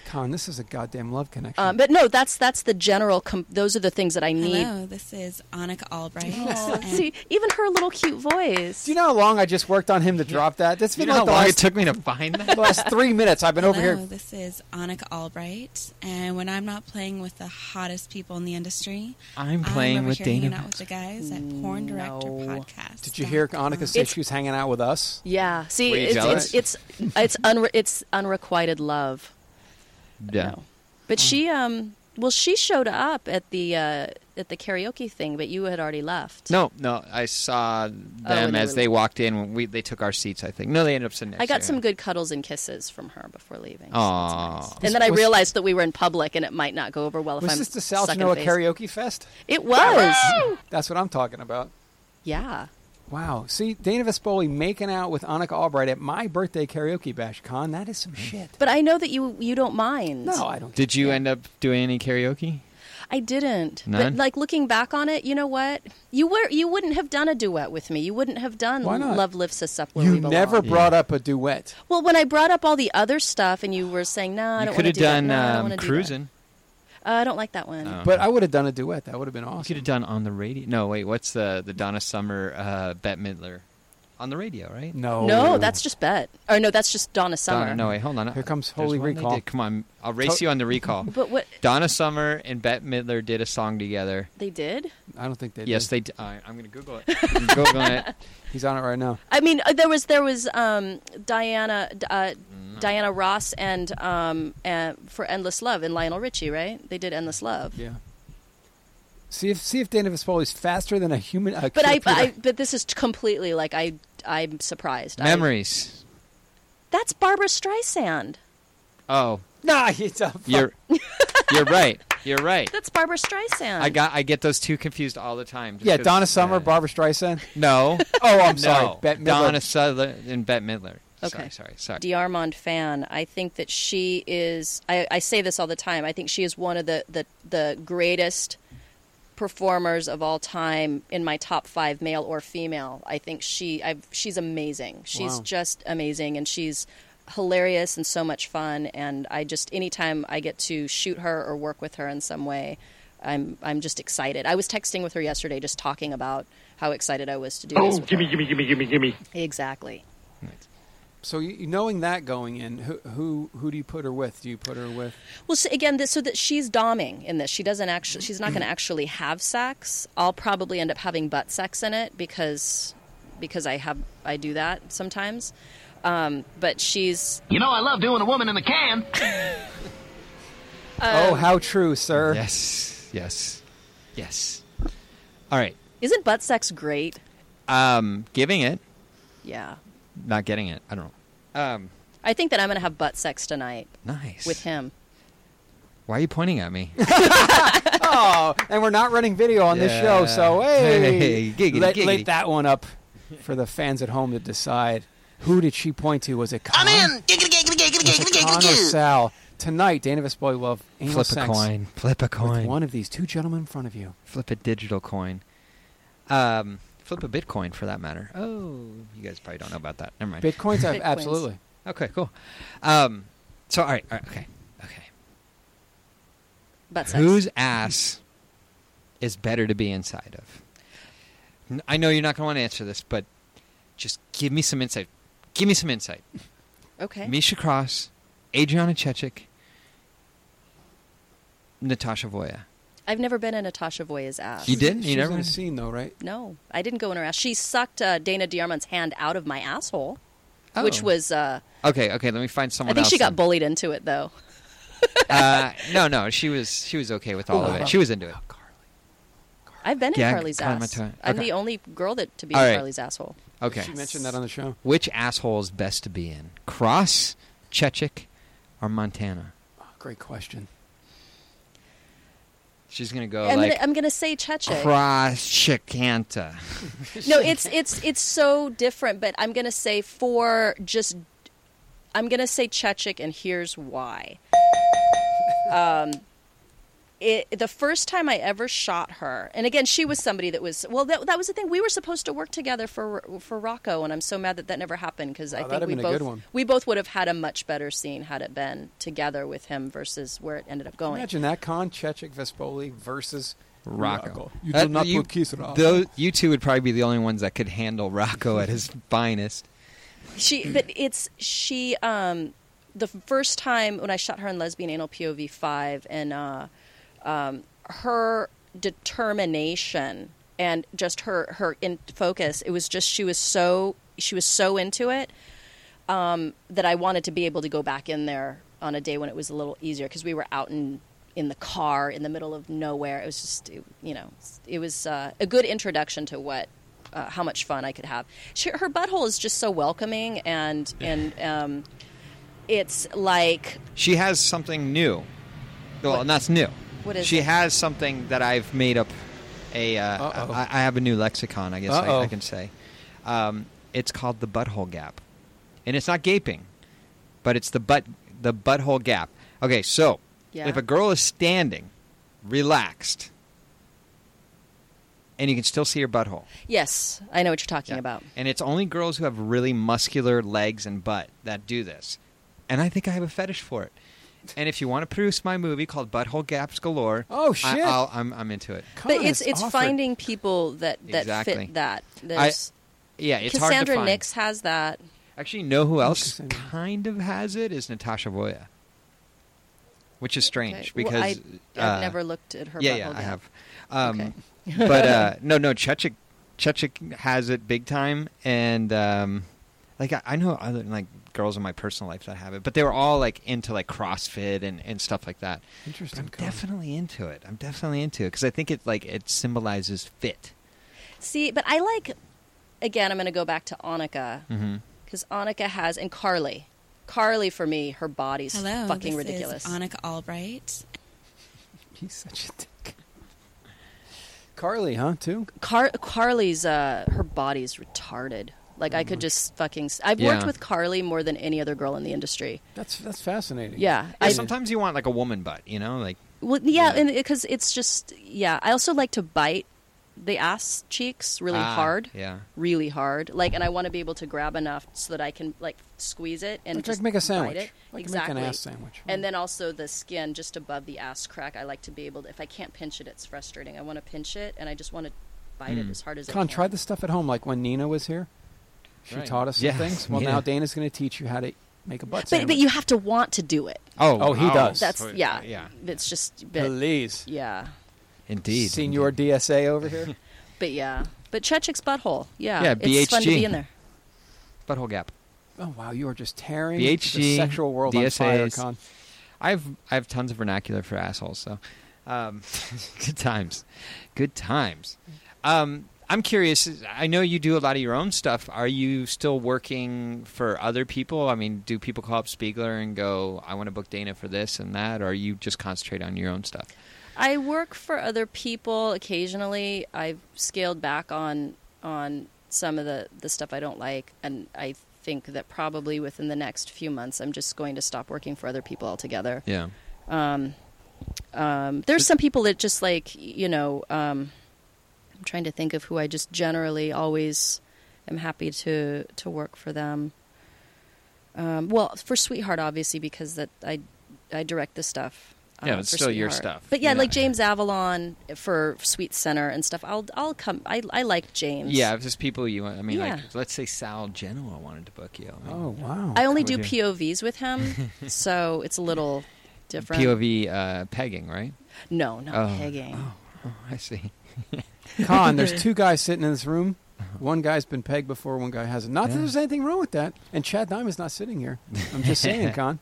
Con, this is a goddamn love connection.
Um, but no, that's that's the general. Com- those are the things that I need. Oh,
Hello, this is Annika Albright. and
See, even her little cute voice.
Do you know how long I just worked on him to drop that? That's
Do you
been like
know how
the
long
last,
it took me to find that?
the last three minutes. I've been over
Hello,
here.
this is Annika Albright, and when I'm not playing with the hottest people in the industry,
I'm playing
over
with
here
Dana.
hanging out with the guys at Porn Director
No.
Podcast.
Did you hear Annika say she was hanging out with us?
Yeah. See,
Were you
it's,
jealous?
it's it's it's unre- it's unrequited love.
Yeah.
No. But
Mm.
she um well she showed up at the uh at the karaoke thing, but you had already left.
No, no. I saw them
Oh, when they
as
were-
they walked in. When we they took our seats, I think. No, they ended up sitting. Next
I got
to
some
her.
good cuddles and kisses from her before leaving. so that's
Aw.
nice.
This
And then I
was-
realized that we were in public and it might not go over well if
Was
I'm
this the South
sucking
Genoa
face.
Karaoke Fest?
It was.
That's what I'm talking about.
yeah.
Wow. See, Dana Vespoli making out with Annika Albright at my birthday karaoke bash, Con. That
Mm.
is some shit.
But I know that you you don't mind.
No, I don't.
Did you end up doing any karaoke?
I didn't.
None?
But like looking back on it, you know what? You were you wouldn't have done a duet with me. You wouldn't have done
Why not?
Love Lifts Us Up Where
You
We Belong.
never brought up a duet.
Well, when I brought up all the other stuff and you were saying, no, I
you
don't
could
want to
have
do that.
done
No, I don't
um,
wanna do that."
cruising.
Uh, I don't like that one.
Oh.
But I would have done a duet. That would have been
You could
awesome.
have done on the radio. No, wait. What's the the Donna Summer, uh, Bette Midler, on the radio? Right.
No.
No, that's just Bet. Or no, that's just Donna Summer.
Oh. Donna, no, wait. Hold on.
Here comes
There's
Holy
one they
Recall.
did. Come on. I'll race
To-
you on the recall.
But what
Donna Summer and Bette Midler did a song together.
they did?
I don't think they.
yes,
did.
they. D- I, I'm going to Google it. I'm Googling it.
He's on it right now.
I mean, uh, there was there was um, Diana D- uh,
Mm.
Diana Ross and um, and for Endless Love and Lionel Richie, right? They did Endless Love.
Yeah. See if see if Dana Vespoli's faster than a human. A
But I,
computer.
I but this is completely like I I'm surprised. I-
Memories.
that's Barbara Streisand.
Oh,
nah, it's a
you're you're right. You're right.
That's Barbara Streisand.
I got I get those two confused all the time. just
yeah.
'cause-
Donna Summer,
yeah.
Barbara Streisand.
No.
Oh, I'm
no.
sorry. Bette Midler.
Donna Sutherland and Bette Midler.
Okay.
Sorry, sorry, sorry.
D'Armond fan. I think that she is. I, I say this all the time. I think she is one of the the, the greatest performers of all time in my top five, male or female. I think she. I've, she's amazing. She's
Wow.
just amazing, and she's hilarious and so much fun. And I just anytime I get to shoot her or work with her in some way. I'm I'm just excited. I was texting with her yesterday, just talking about how excited I was to do this. with her.
Oh, gimme, gimme, gimme, gimme.
Exactly.
So you, knowing that going in, who, who who do you put her with? Do you put her with?
Well, so again, this, so that she's doming in this. She doesn't actually. She's not going to actually have sex. I'll probably end up having butt sex in it because because I have I do that sometimes. Um, but she's
You know I love doing a woman in the can.
Um,
oh, how true, sir.
Yes. Yes. Yes. All right.
isn't butt sex great?
Um, giving it,
Yeah,
not getting it. I don't know. Um,
I think that I'm going to have butt sex tonight
nice.
with him.
Why are you pointing at me?
Oh, and we're not running video on this show, so
Yeah.
hey,
Hey, giggity,
let,
giggity.
let that one up for the fans at home to decide. Who did she point to? Was it Con?
Giggity, giggity, giggity,
Was it Con or Sal? Tonight, Dana Vespoy love anal
Flip a
sex
coin. Flip a
with
coin.
one of these two gentlemen in front of you.
Flip a digital coin. Um, flip a Bitcoin for that matter. Oh, you guys probably don't know about that. Never mind.
Bitcoins, I've-
Bitcoins.
absolutely.
okay, cool. Um, so all right, all right, okay, okay.
Butt sex.
Whose ass is better to be inside of? N- I know you're not going to want to answer this, but just give me some insight. Give me some insight.
okay?
Misha Cross, Adriana Chechik, Natasha Voya.
I've never been in Natasha Voya's ass.
You didn't? You
She's
never?
in a scene though, right?
No, I didn't go in her ass. She sucked uh, Dana Diarmond's hand out of my asshole,
Oh.
which was. Uh,
Okay, okay. Let me find someone.
I think
else
she got
then.
bullied into it though.
Uh, no, no. She was she was okay with all of it. She was into
Oh,
it.
I've been in
Yeah,
Carly's
climb
ass.
my tongue.
I'm
Okay.
the only girl that to be
All
in
right.
Carly's asshole.
Okay.
She mentioned that on the show.
Which asshole is best to be in? Cross, Chechik, or Montana?
Oh,
Great question.
She's gonna go
I'm,
Oh, like
gonna, I'm gonna say Chechik.
Cross Chicanta.
no, it's it's it's so different. But I'm gonna say for just, I'm gonna say Chechik, and here's why. Um, it, the first time I ever shot her, and again, she was somebody that was well. That, that was the thing. We were supposed to work together for for Rocco, and I'm so mad that that never happened because I
Oh,
think
that'd
we
have been a
both
good one.
we both would have had a much better scene had it been together with him versus where it ended up going.
Imagine that con Chechik Vespoli versus
Rocco.
You
That-
do not
you,
put kiss Rocco.
Those, you two would probably be the only ones that could handle Rocco at his finest.
She, but it's she. Um, the first time when I shot her in lesbian anal POV five, and uh, um, her determination and just her her in focus, it was just she was so she was so into it um, that I wanted to be able to go back in there on a day when it was a little easier because we were out in in the car in the middle of nowhere. It was just it- you know it was uh, a good introduction to what uh, how much fun I could have. She, her butthole is just so welcoming and and um, it's like
She has something new. Well, that's new.
What is
she
it?
has something that I've made up. A uh,
Uh-oh.
I, I have a new lexicon. I guess I,
Uh-oh.
I can say. Um, it's called the butthole gap, and it's not gaping, but it's the butt the butthole gap. Okay, so
Yeah.
if a girl is standing, relaxed, and you can still see her butthole.
yes, I know what you're talking
Yeah.
about.
And it's only girls who have really muscular legs and butt that do this. And I think I have a fetish for it. And if you want to produce my movie called Butthole Gaps Galore,
Oh,
I,
shit.
I'll, I'm, I'm into it.
Con
But it's
is
it's
offered.
finding people that that
Exactly.
fit that. There's,
Yeah, it's hard to
Cassandra
find.
Nix has that.
Actually, know who else
Cassandra.
kind of has it is Natasha Voya, which is strange
Okay. Well,
because
I, I've
uh,
never looked at her.
yeah,
butthole
yeah, I
gap.
have. Um,
Okay.
but uh, no, no, Chechik, Chechik has it big time, and um, like I, I know other like girls in my personal life that have it, but they were all like into like CrossFit and, and stuff like that. But
Interesting.
I'm
con.
definitely into it. I'm definitely into it because I think it like it symbolizes fit.
See, but I like again. I'm going to go back to Annika because Annika has and Carly. Carly for me, her body's
Hello,
fucking
this
ridiculous.
Is Annika Albright.
He's such a dick. Carly, huh? Too.
Car- Carly's uh, her body's retarded. Like I
Mm.
could just fucking. s- I've
Yeah.
worked with Carly more than any other girl in the industry.
That's that's fascinating.
Yeah,
Yeah,
I,
sometimes you want like a woman butt, you know, like
well, yeah,
Yeah.
and because it's just yeah. I also like to bite the ass cheeks really
ah,
hard,
Yeah,
really hard. Like, and I want to be able to grab enough so that I can like squeeze it and
Like,
just
like make a sandwich.
Bite it.
Like
exactly.
make an ass sandwich.
And then also the skin just above the ass crack. I like to be able to, if I can't pinch it, it's frustrating. I want to pinch it and I just want to bite it as hard as I
Con,
can.
try this stuff at home. Like when Nina was here, she
Right.
taught us some
Yeah.
things. Well,
Yeah.
now Dana's going to teach you how to make a butt
But,
sandwich.
but you have to want to do it.
Oh,
Oh, he
wow.
does.
That's,
Oh,
yeah.
yeah,
It's just, but,
please,
yeah.
indeed,
Senior DSA over here.
But yeah. But Chechik's butthole. Yeah.
Yeah,
It's fun to
BHG.
be in there.
indeed. butthole gap.
oh wow, you are just tearing the
BHG,
sexual world on fire,
DSAs.
Con.
I've I have tons of vernacular for assholes. So, um, good times, good times. Um, I'm curious. I know you do a lot of your own stuff. Are you still working for other people? I mean, do people call up Spiegler and go, "I want to book Dana for this and that," or are you just concentrate on your own stuff?
I work for other people occasionally. I've scaled back on on some of the the stuff I don't like, and I think that probably within the next few months, I'm just going to stop working for other people altogether.
Yeah,
Um, there's some people that just like you know. Um, I'm trying to think of who I just generally always am happy to to work for them. Um, well, for Sweetheart, obviously, because that I I direct the stuff.
Yeah,
um,
it's
for
still your
Sweetheart.
stuff.
But yeah,
You're
like
not-
James Avalon for Sweet Center and stuff. I'll I'll come. I I like James.
yeah. If there's people you, want, I mean,
Yeah.
like let's say Sal Genoa wanted to book you. I mean,
Oh wow.
I only
Come
do
with
POVs with him, so it's a little different.
POV uh, pegging, right?
No, not
Oh.
pegging.
Oh, I see.
Con, there's two guys sitting in this room. One guy's been pegged before, one guy hasn't. Not that
Uh-huh. Yeah.
there's anything wrong with that. And Chad Diamond's not sitting here. I'm just saying, Con.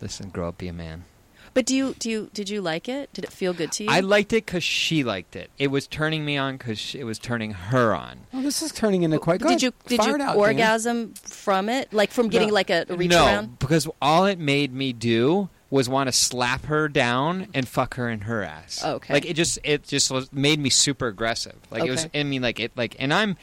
Listen, grow up, be a man.
But do you do you did you like it? Did it feel good to you?
I liked it because she liked it. It was turning me on because it was turning her on.
Oh, this is turning into quite good.
did you did
Fire
you
it out, Dan.
orgasm from it? Like from getting
No.
like a, a reach
no,
around?
because all it made me do was want to slap her down and fuck her in her ass.
Oh, Okay.
like it just it just was, made me super aggressive. Like it was.
Okay.
I mean, like it like, and I'm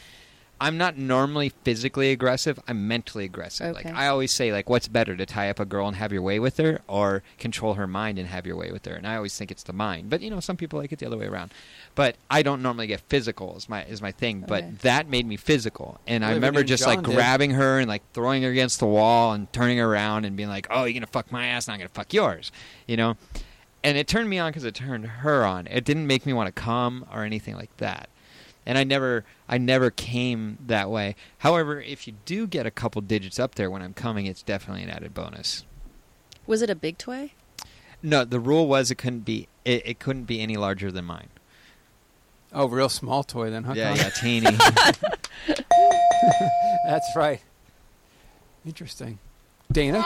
I'm not normally physically aggressive. I'm mentally aggressive. Like
Okay.
I always say, like, what's better to tie up a girl and have your way with her, or control her mind and have your way with her? And I always think it's the mind. But you know, some people like it the other way around. But I don't normally get physical is my is my thing.
Okay.
But that made me physical, and I
Well,
remember
even
just like
John did.
grabbing her and like throwing her against the wall and turning her around and being like, "Oh, you're gonna fuck my ass, and I'm gonna fuck yours," you know. And it turned me on because it turned her on. It didn't make me want to come or anything like that and I never I never came that way. However, if you do get a couple digits up there when I'm coming, it's definitely an added bonus.
Was it a big toy?
No, the rule was it couldn't be it, it couldn't be any larger than mine.
Oh, real small toy then, huh?
Yeah,
Con?
yeah, teeny.
That's right. Interesting. Dana?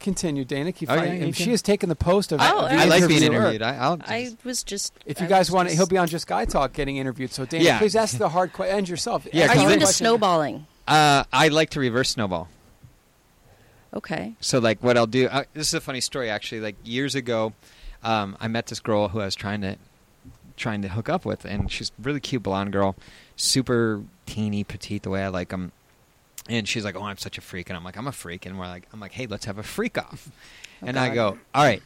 Continue, Dana. Keep
Oh, yeah,
fighting.
you
she
can-
has taken the post of
Oh,
the
all right.
I like being
interviewer.
interviewed. I, I'll just,
I was just.
If you
I
guys
was
want it,
just-
he'll be on Just Guy Talk getting interviewed. So, Dana,
Yeah.
please ask the hard question. And yourself. Ask
Yeah,
the
Are
Cause
you
hard
they-
into
question.
snowballing?
uh, I like to reverse snowball.
Okay.
So like what I'll do. Uh, this is a funny story actually. Like years ago, um, I met this girl who I was trying to trying to hook up with, and she's a really cute blonde girl, super teeny petite the way I like them. And she's like, "Oh, I'm such a freak," and I'm like, "I'm a freak," and we're like, "I'm like, hey, let's have a freak off," and I
God.
go, "All right,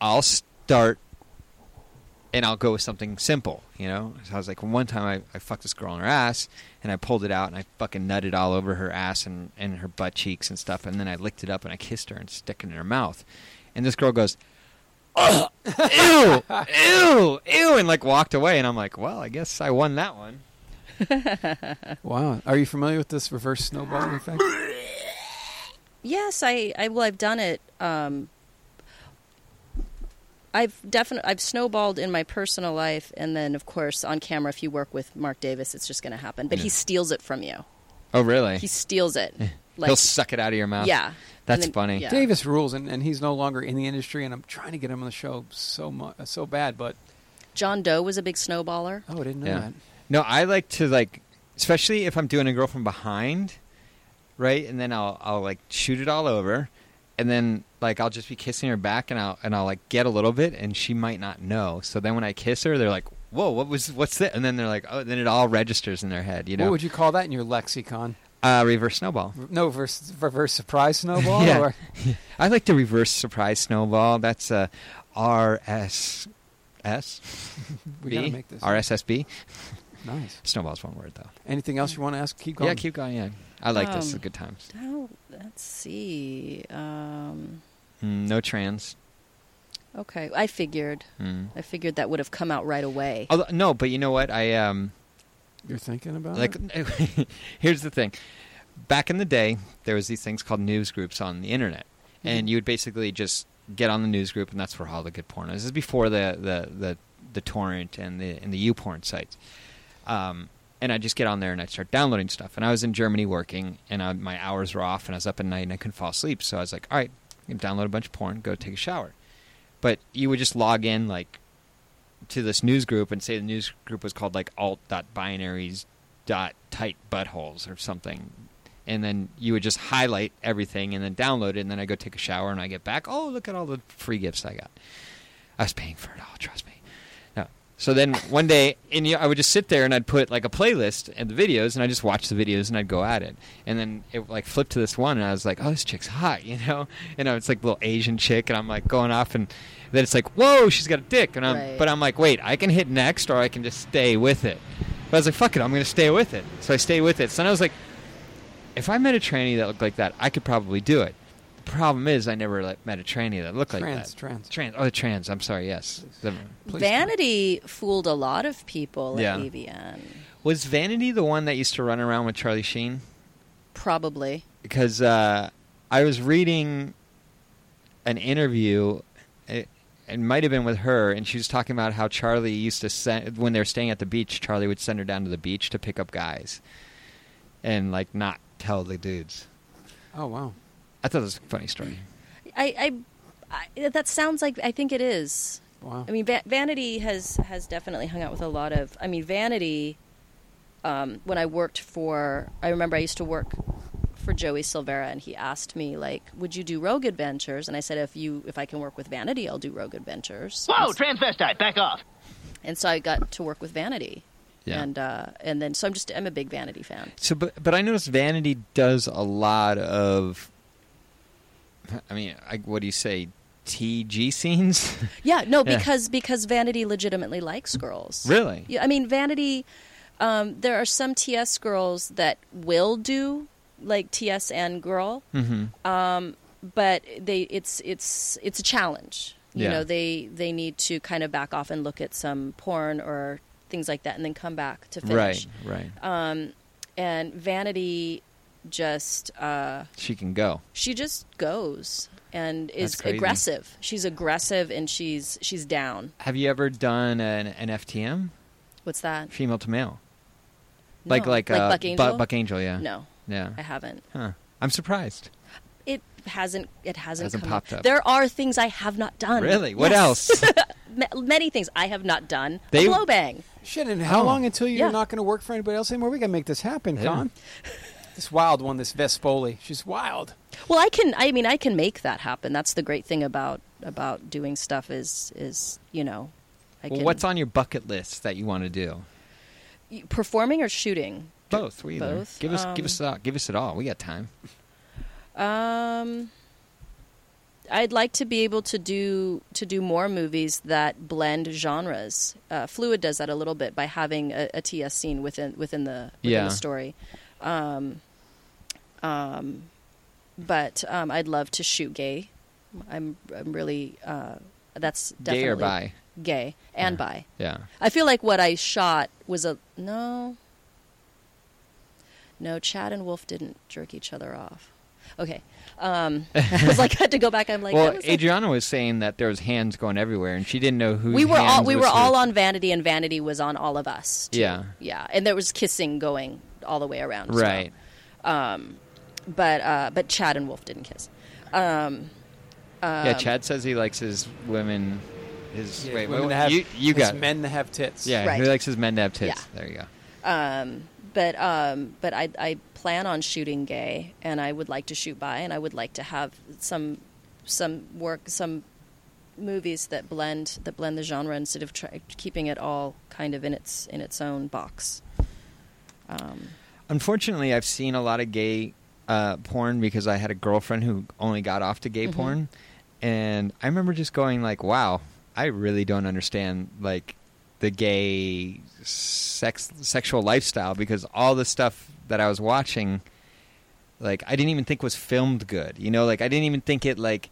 I'll start." And I'll go with something simple, you know? So I was like, one time I, I fucked this girl on her ass, and I pulled it out, and I fucking nutted all over her ass and, and her butt cheeks and stuff, and then I licked it up, and I kissed her and stuck it in her mouth. And this girl goes, ew, ew, ew, and like walked away. And I'm like, well, I guess I won that one.
Wow. Are you familiar with this reverse snowballing effect?
Yes, I, I well, I've done it. Um, I've definitely I've snowballed in my personal life, and then of course on camera. If you work with Mark Davis, it's just going to happen. But he steals it from you.
Oh, really?
He steals it.
He'll suck it out of your mouth.
yeah.
That's
And then-
funny.
yeah.
Davis rules, and, and he's no longer in the industry, and I'm trying to get him on the show so mu- uh, so bad, but
John Doe was a big snowballer.
oh, I didn't know
Yeah.
that.
No, I like to like, especially if I'm doing a girl from behind, right? And then I'll I'll like shoot it all over, and then like I'll just be kissing her back, and I'll and I'll like get a little bit, and she might not know. So then when I kiss her, they're like, "Whoa, what was what's that?" And then they're like, "Oh," then it all registers in their head, you know.
What would you call that in your lexicon?
uh, reverse snowball.
No, verse, reverse surprise snowball?
Yeah.
or-
I like the reverse surprise snowball. That's uh, a RSS.
We gotta make this.
RSSB.
Nice.
Snowball's one word though.
Anything else you want to ask? Keep going.
Yeah, keep going. Yeah, I like this. It's
Um,
good times.
Oh, let's see. Um,
Mm, no trans.
okay, I figured.
Mm.
I figured that would have come out right away.
Although, no, but you know what? I um
You're thinking about
like.
it?
here's the thing. Back in the day, there was these things called news groups on the internet, and you would basically just get on the news group, and that's where all the good porn is. This is before the the the, the torrent and the and the U porn sites. um, and I just get on there and I start downloading stuff. And I was in Germany working, and I, my hours were off, and I was up at night and I couldn't fall asleep. So I was like, all right, I'm gonna download a bunch of porn, go take a shower. But you would just log in like to this news group and say the news group was called like alt.binaries dot tight buttholes or something. And then you would just highlight everything and then download it. And then I go take a shower and I get back. Oh, look at all the free gifts I got. I was paying for it all. Trust me. No. So then one day, and you know, I would just sit there and I'd put like a playlist and the videos, and I just watch the videos and I'd go at it. And then it like flipped to this one, and I was like, "Oh, this chick's hot," you know. And I was like, little Asian chick, and I'm like going off, and then it's like, "Whoa, she's got a dick," and I'm,
Right.
but I'm like, "Wait, I can hit next, or I can just stay with it." But I was like, "Fuck it, I'm gonna stay with it." So I stay with it. So then I was like, if I met a tranny that looked like that, I could probably do it. The problem is, I never like, met a tranny that looked like
Trans,
that.
trans.
trans. Oh, trans. I'm sorry. Yes. The-
Please
Vanity fooled a lot of people
Yeah.
at E AVN.
was Vanity the one that used to run around with Charlie Sheen?
Probably.
Because uh, I was reading an interview. It, it might have been with her, and she was talking about how Charlie used to send when they were staying at the beach. Charlie would send her down to the beach to pick up guys, and like not tell the dudes.
Oh, wow.
I thought that was a funny story.
I, I, I that sounds like I think it is.
Wow.
I mean, va- Vanity has has definitely hung out with a lot of. I mean, Vanity. Um, when I worked for, I remember I used to work for Joey Silvera, and he asked me like, "Would you do Rogue Adventures?" And I said, "If you, if I can work with Vanity, I'll do Rogue Adventures."
Whoa, transvestite, back off.
And so I got to work with Vanity.
Yeah.
And uh, and then so I'm just I'm a big Vanity fan.
So, but but I noticed Vanity does a lot of. I mean, I, what do you say? TG scenes.
Yeah, no,
Yeah.
because because Vanity legitimately likes girls.
Really?
Yeah, I mean Vanity. Um, there are some TS girls that will do like TS and girl, Um,
mm-hmm.
but they it's it's it's a challenge. You
Yeah.
know, they they need to kind of back off and look at some porn or things like that, and then come back to finish. Um,
Right. Right.
And Vanity just uh,
she can go.
she just goes and
That's
is
crazy.
aggressive. She's aggressive and she's she's down.
Have you ever done an, an FTM,
What's that?
female to male? Like
No.
like, uh,
Buck Angel?
Buck Angel, yeah.
No,
Yeah.
I haven't.
Huh. I'm surprised.
It hasn't. It hasn't,
Hasn't
come
popped up.
There are things I have not done.
Really? What
Yes.
else?
Ma- many things I have not done.
They-
a blow bang.
Shit, and how
Oh.
long until you're
Yeah.
not going to work for anybody else anymore? We got to make this happen,
Yeah.
Con. this wild one, this Vespoli. She's wild.
Well, I can. I mean, I can make that happen. That's the great thing about about doing stuff is is you know, I
Well,
can.
what's on your bucket list that you want to do?
performing or shooting?
Both, we either.
Both,
Give us, give us, uh, give us it all. We got time.
Um, I'd like to be able to do to do more movies that blend genres. Uh, Fluid does that a little bit by having a, a TS scene within within the within
Yeah.
the story. Um, um, but um, I'd love to shoot gay. I'm I'm really uh, that's definitely
Gay or bi?
gay and bi.
Yeah.
I feel like what I shot was a no. No, Chad and Wolf didn't jerk each other off. Okay, um, I was like, I had to go back. I'm like, that
well,
was like-
Adriana was saying that there was hands going everywhere, and she didn't know who.
we were all we were all on Vanity, and Vanity was on all of us. too.
Yeah.
yeah, and there was kissing going all the way around. so-
Right.
but uh, but Chad and Wolf didn't kiss.
yeah.
Um,
Chad says he likes his women. His wait,
women
wait,
to have-
you you
it's
got
men to have tits.
yeah.
Right.
He likes his men to have tits.
Yeah.
There you go.
But um, but I I plan on shooting gay, and I would like to shoot bi, and I would like to have some some work some movies that blend that blend the genre instead of try, keeping it all kind of in its in its own box.
Unfortunately, I've seen a lot of gay uh, porn because I had a girlfriend who only got off to gay
Mm-hmm.
porn, and I remember just going like, "Wow, I really don't understand like the gay sex sexual lifestyle because all the stuff that I was watching, like I didn't even think was filmed good. You know, like I didn't even think it like."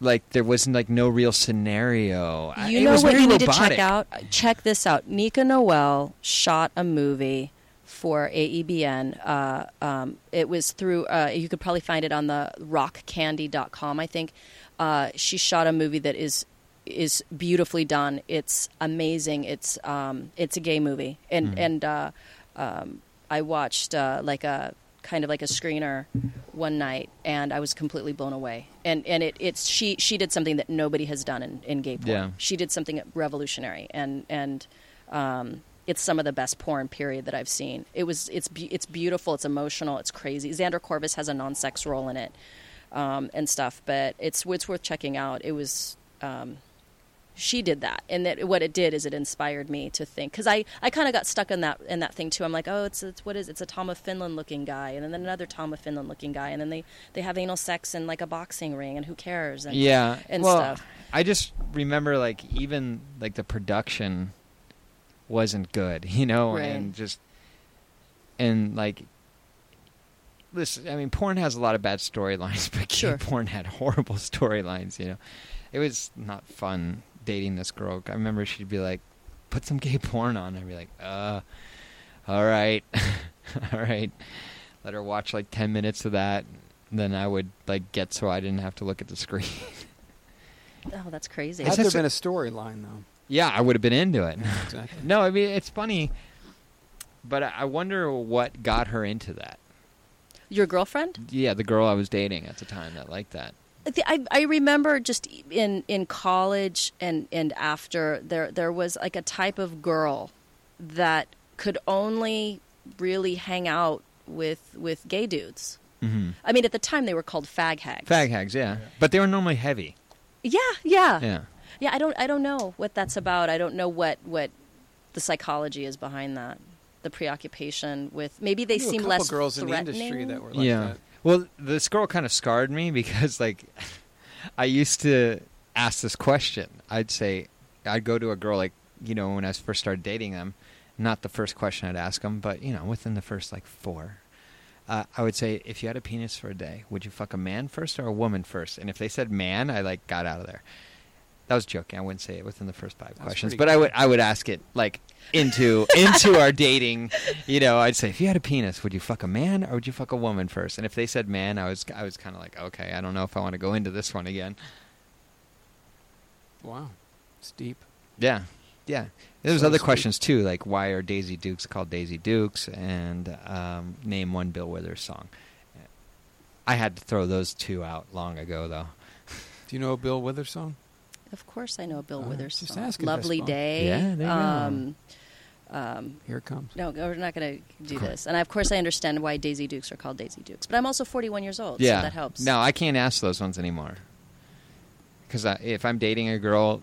Like there wasn't like no real scenario. I-
You
it
know
was
what
very
you need to
robotic.
check out? Check this out. Nika Noel shot a movie for AEBN. Uh, um, it was through, uh, you could probably find it on the rockcandy.com, I think. Uh, she shot a movie that is is beautifully done. It's amazing. It's um, it's a gay movie. And,
Hmm.
and uh, um, I watched uh, like a kind of like a screener one night and I was completely blown away. And and it, it's she she did something that nobody has done in, in gay porn.
Yeah.
She did something revolutionary and and um, it's some of the best porn period that I've seen. It was it's be, it's beautiful, it's emotional, it's crazy. Xander Corvus has a non-sex role in it um, and stuff, but it's it's worth checking out. It was um, she did that and that what it did is it inspired me to think because i, I kind of got stuck in that in that thing too i'm like oh it's, it's what is it's a tom of finland looking guy and then another tom of finland looking guy and then they, they have anal sex in like a boxing ring and who cares and
yeah
and
well,
stuff
I just remember like even like the production wasn't good, you know,
Right.
and just and like listen, I mean, porn has a lot of bad storylines, but gay
Sure.
porn had horrible storylines. You know, it was not fun dating this girl. I remember she'd be like, "Put some gay porn on." I'd be like, "Uh, all right, all right." Let her watch like ten minutes of that. Then I would like get so I didn't have to look at the screen.
oh that's crazy
Has
It's
there
just-
been a storyline though?
yeah, I would have been into it.
Exactly.
No, I mean it's funny, but I I wonder what got her into that.
your girlfriend
Yeah, the girl I was dating at the time that liked that.
The- I, I remember just in in college and and after there there was like a type of girl that could only really hang out with with gay dudes.
Mm-hmm.
I mean, at the time they were called fag hags.
Fag hags, yeah, but they were normally heavy.
Yeah, yeah,
Yeah,
Uh-huh.
Yeah, I don't I don't know what that's about. I don't know what what the psychology is behind that. The preoccupation with maybe they
I knew
seem
a couple
less
girls in the
threatening.
industry that were like that.
Well, this girl kind of scarred me because, like, I used to ask this question. I'd say, I'd go to a girl, like, you know, when I first started dating them, not the first question I'd ask them, but, you know, within the first, like, four. Uh, I would say, if you had a penis for a day, would you fuck a man first or a woman first? And if they said man, I, like, got out of there. That was joking. I wouldn't say it within the first five questions,
pretty
but I would I would ask it like into into our dating. You know, I'd say if you had a penis, would you fuck a man or would you fuck a woman first? And if they said man, I was I was kind of like, okay, I don't know if I want to go into this one again.
Wow, it's deep.
Yeah, yeah. There was
So
other
sweet.
questions too, like why are Daisy Dukes called Daisy Dukes, and um, name one Bill Withers song. I had to throw those two out long ago, though.
Do you know a Bill Withers song?
Of course, I know Bill
Uh,
All right,
Withers.
just
song.
asking,
Lovely
Vespa.
day.
Yeah, there you go.
um,
Here it comes.
no, we're not going to do this. And I, of course, I understand why Daisy Dukes are called Daisy Dukes. But I'm also 41 years old,
yeah,
so that helps.
No, I can't ask those ones anymore. Because if I'm dating a girl,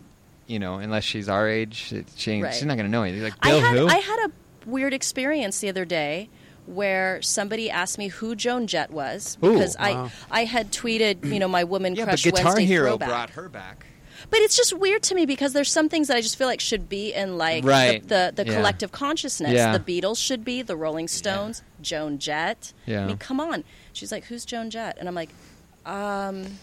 you know, unless she's our age, it- she ain't,
Right.
she's not gonna know anything. Like
I
Bill
had
who?
I had a weird experience the other day where somebody asked me who Joan Jett was
Ooh,
because
wow.
I I had tweeted you know my woman
yeah, but
crush
Guitar
Wednesday
Hero
throwback.
brought her back.
But it's just weird to me because there's some things that I just feel like should be in like
Right.
the the, the
Yeah.
collective consciousness.
Yeah.
The Beatles should be, the Rolling Stones, Joan Jett.
Yeah.
I mean, come on. She's like, Who's Joan Jett? And I'm like, um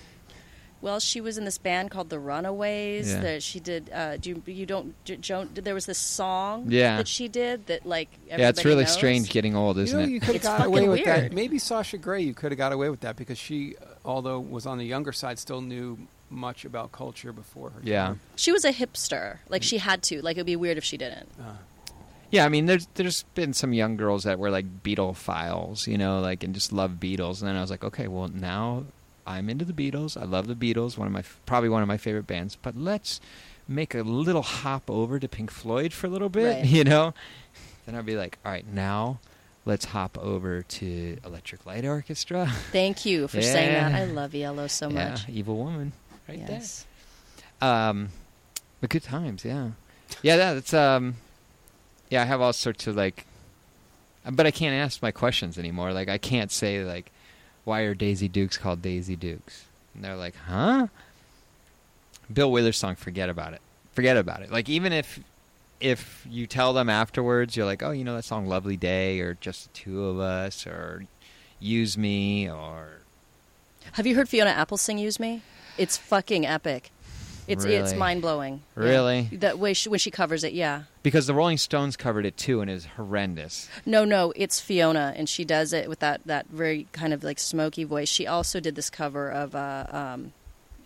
well, she was in this band called The Runaways.
Yeah.
That she did. Uh, do you, you don't? Do, Joan. There was this song
Yeah.
that she did that like.
Yeah, it's
everybody
really
knows.
strange getting old,
You
isn't
know,
it?
you could have
It's
got
fucking
away with that.
weird.
Maybe Sasha Grey, you could have got away with that because she, uh, although was on the younger side, still knew much about culture before her.
yeah.
time.
She was a hipster. Like she had to. Like it would be weird if she didn't.
Oh. Yeah, I mean, there's there's been some young girls that were like Beatle files, you know, like and just love Beatles. And then I was like, okay, well now I'm into the Beatles. I love the Beatles. One of my probably one of my favorite bands. But let's make a little hop over to Pink Floyd for a little bit,
Right.
you know. Then I'd be like, all right, now let's hop over to Electric Light Orchestra.
Thank you for saying that.
Yeah.
I love Yellow so
yeah,
much.
Evil Woman, right
yes.
there. Um, but good times, yeah, yeah. that- That's um, yeah. I have all sorts of like, but I can't ask my questions anymore. Like I can't say like, why are Daisy Dukes called Daisy Dukes? And they're like, huh? Bill Withers song, forget about it. Forget about it. Like even if if you tell them afterwards, you're like, oh, you know that song "Lovely Day" or "Just the Two of Us" or "Use Me" or
Have you heard Fiona Apple sing "Use Me"? It's fucking epic. It's it's
Really?
mind blowing.
Really?
That way she, when she covers it, yeah.
Because the Rolling Stones covered it too, and it was horrendous.
No, no, it's Fiona, and she does it with that that very kind of like smoky voice. She also did this cover of. Uh, um,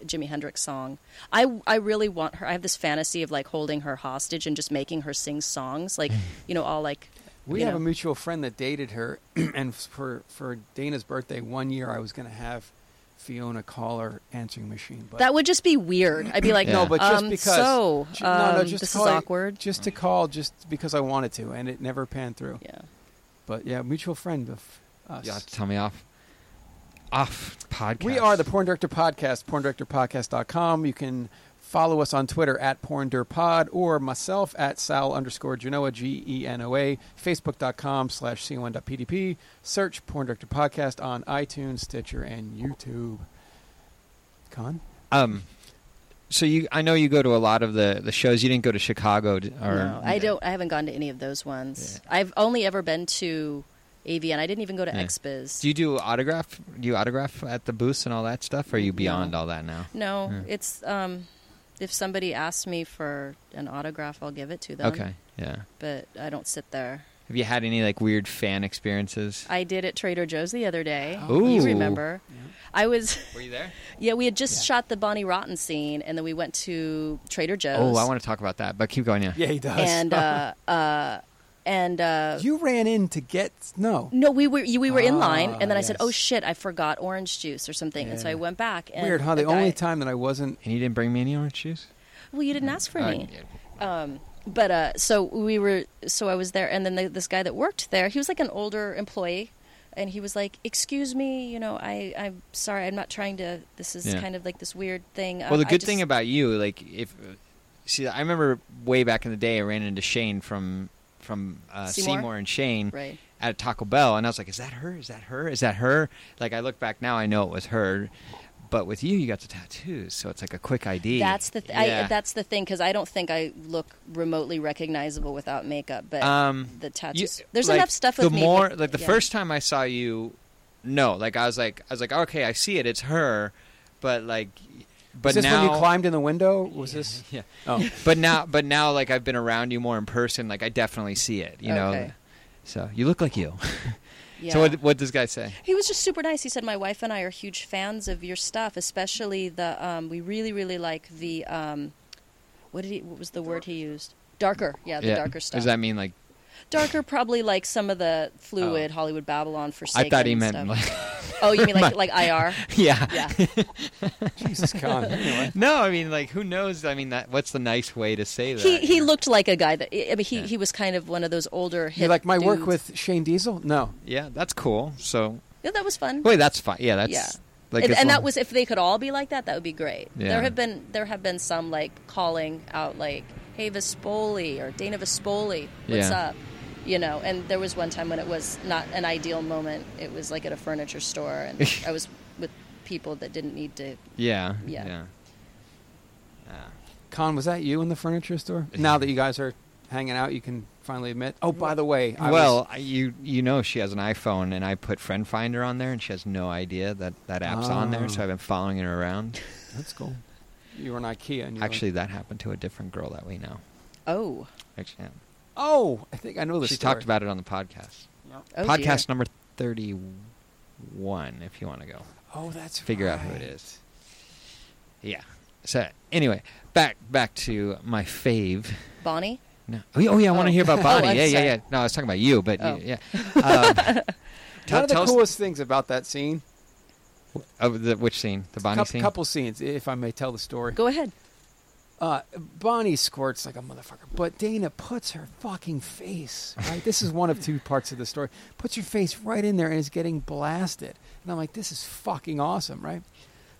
Jimi Hendrix song. I I really want her. I have this fantasy of like holding her hostage and just making her sing songs, like you know, all like
We
you
have
know.
a mutual friend that dated her, and for for Dana's birthday one year, I was going to have Fiona call her answering machine, but
That would just be weird. I'd be like,
No,
but just
um,
because
so
ju- no, no, just
um,
to
this is
call her-
awkward.
just to call, just because I wanted to, and it never panned through.
yeah.
But yeah, mutual friend of uh, us.
You have to tell me off, off podcast.
We are the Porn Director Podcast, porndirectorpodcast.com. You can follow us on Twitter at PornDirPod or myself at Sal underscore Genoa, G E N O A, Facebook.com slash C1.PDP. Search Porn Director Podcast on iTunes, Stitcher, and YouTube. Con?
Um, so you, I know you go to a lot of the the shows. You didn't go to Chicago, d- or
no, I don't. I haven't gone to any of those ones. I've only ever been to AVN. I didn't even go to
Yeah.
XBiz.
Do you do autograph? Do you autograph at the booths and all that stuff? Or are you beyond all that now?
no,
Yeah.
it's um, if somebody asks me for an autograph, I'll give it to them.
Okay, yeah.
but I don't sit there.
Have you had any like weird fan experiences?
I did at Trader Joe's the other day.
Ooh.
You remember? I was.
Were you there?
Yeah, we had just shot the Bonnie Rotten scene, and then we went to Trader Joe's.
Oh, I want to talk about that, but keep going. Yeah.
Yeah, he does.
And uh, uh, and uh,
you ran in to get. No.
No, we were you, we were in line,
Ah,
and then I said,
yes.
"Oh shit, I forgot orange juice or something," and so
Yeah.
I went back. And
Weird, huh? The
guy-
only time that I wasn't.
And you didn't bring me any orange juice.
Well, you didn't ask for
Uh,
any. But uh, so we were, so I was there, and then the, this guy that worked there, he was like an older employee, and he was like, "Excuse me, you know, I I'm sorry, I'm not trying to. This is
Yeah.
kind of like this weird thing."
Well, the
I
good
just-
thing about you, like, if uh, See, I remember way back in the day, I ran into Shane from from uh,
Seymour?
Seymour? and Shane
Right.
at Taco Bell, and I was like, "Is that her? Is that her? Is that her?" Like I look back now, I know it was her. But with you, you got the tattoos, so it's like a quick ID.
That's the th- I,
Yeah.
that's the thing because I don't think I look remotely recognizable without makeup. But
Um,
the
You-
tattoos. There's
like,
enough stuff with
the
me,
more
but-
like the
yeah.
first time I saw you, no, like I was like I was like okay, I see it, it's her, but like, but
was this
now
when you climbed in the window? Was this?
yeah,
Oh,
but now but now like I've been around you more in person, like I definitely see it, you know.
Okay.
So you look like you.
Yeah.
So what what does guy say?
He was just super nice. He said, "My wife and I are huge fans of your stuff, especially the. Um, we really, really like the. Um, what did he? What was the word he used? Darker, yeah, Uh, the darker stuff.
Does that mean like
darker, probably like some of the fluid Hollywood Babylon for.
Oh. I thought he meant like
oh, you mean like like IR?
yeah.
Yeah.
Jesus, Con. Anyway.
No, I mean like who knows? I mean that what's the nice way to say that?
he he looked like a guy that. I mean, he he was kind of one of those older. Hip
You like my work
dudes."
with Shane Diesel? No.
Yeah, that's cool. So
Yeah, that was fun.
wait, that's fine. Yeah, that's
Yeah.
like
and
as
and
long-
that was if they could all be like that, that would be great.
Yeah.
There have been there have been some like calling out like, "Hey Vespoli" or "Dana Vespoli, what's
Yeah.
up?" You know. And there was one time when it was not an ideal moment. It was like at a furniture store, and I was with people that didn't need to.
Yeah.
Yeah.
Yeah.
Con, was that you in the furniture store? Now that you guys are hanging out, you can finally admit. Oh, by the way, I
well, I you you know she has an iPhone, and I put Friend Finder on there, and she has no idea that that app's on there. So I've been following her around.
was, that's cool. You were in IKEA, and you were like,
Actually, that happened to a different girl that we know.
Oh,
Actually, yeah.
oh, I think I know this.
she
story.
talked about it on the podcast.
oh
podcast
dear.
number thirty-one, if you want to go
Oh, that's
figure
right.
out who it is. Yeah. So anyway, back back to my fave.
Bonnie.
No. Oh, yeah, oh, yeah I want to
Oh.
hear about
Oh,
Bonnie.
I'm
yeah, yeah,
sorry.
yeah. No, I was talking about you, but
Oh.
yeah. Um, tell-
One of the
tell us-
coolest things about that scene,
of the, which scene? The Bonnie
cou-
scene.
couple scenes, if I may tell the story.
Go ahead.
Uh, Bonnie squirts like a motherfucker, but Dana puts her fucking face, right? this is one of two parts of the story. Puts your face right in there and is getting blasted. And I'm like, this is fucking awesome, right?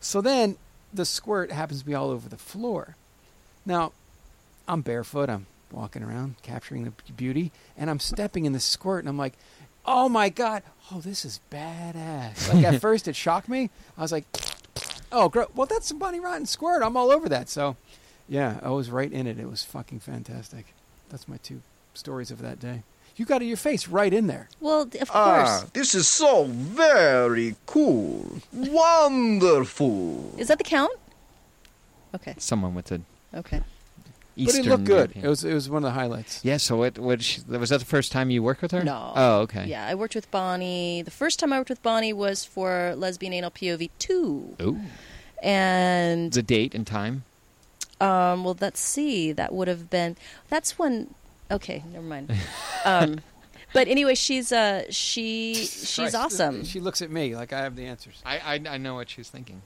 So then the squirt happens to be all over the floor. Now, I'm barefoot. I'm walking around capturing the beauty, and I'm stepping in the squirt, and I'm like, "Oh my god! Oh, this is badass!" Like at first, it shocked me. I was like, "Oh, gro- well, that's some bunny rotten squirt. I'm all over that." So, yeah, I was right in it. It was fucking fantastic. That's my two stories of that day. You got your face right in there.
Well, d-
Ah.
of course.
Ah, this is so very cool. Wonderful.
Is that the count? Okay.
Someone with the
Okay.
Eastern.
but it looked good.
European-
It was it was one of the highlights.
Yeah. So what? What? She, was that the first time you worked with her?
No.
Oh, okay.
Yeah, I worked with Bonnie. The first time I worked with Bonnie was for Lesbian Anal POV 2.
Ooh.
And,
The date and time.
um, well, let's see. That would have been. That's when. Okay, never mind. Um, but anyway, she's uh, she she's
Christ,
awesome.
She looks at me like I have the answers.
I, I I know what she was thinking.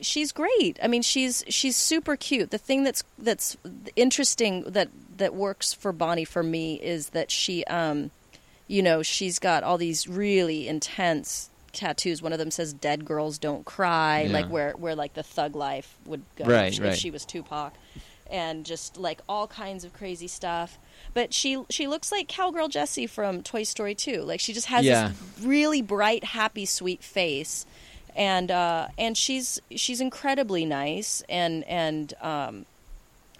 she's great. I mean, she's she's super cute. The thing that's that's interesting that that works for Bonnie for me is that she, um, you know, she's got all these really intense tattoos. One of them says "Dead girls don't cry,"
Yeah.
like where where like the thug life would go
Right,
if, she-
right.
if she was Tupac, and just like all kinds of crazy stuff. But she she looks like cowgirl Jessie from Toy Story 2. Like she just has
Yeah.
this really bright, happy, sweet face and uh, and she's she's incredibly nice and and um,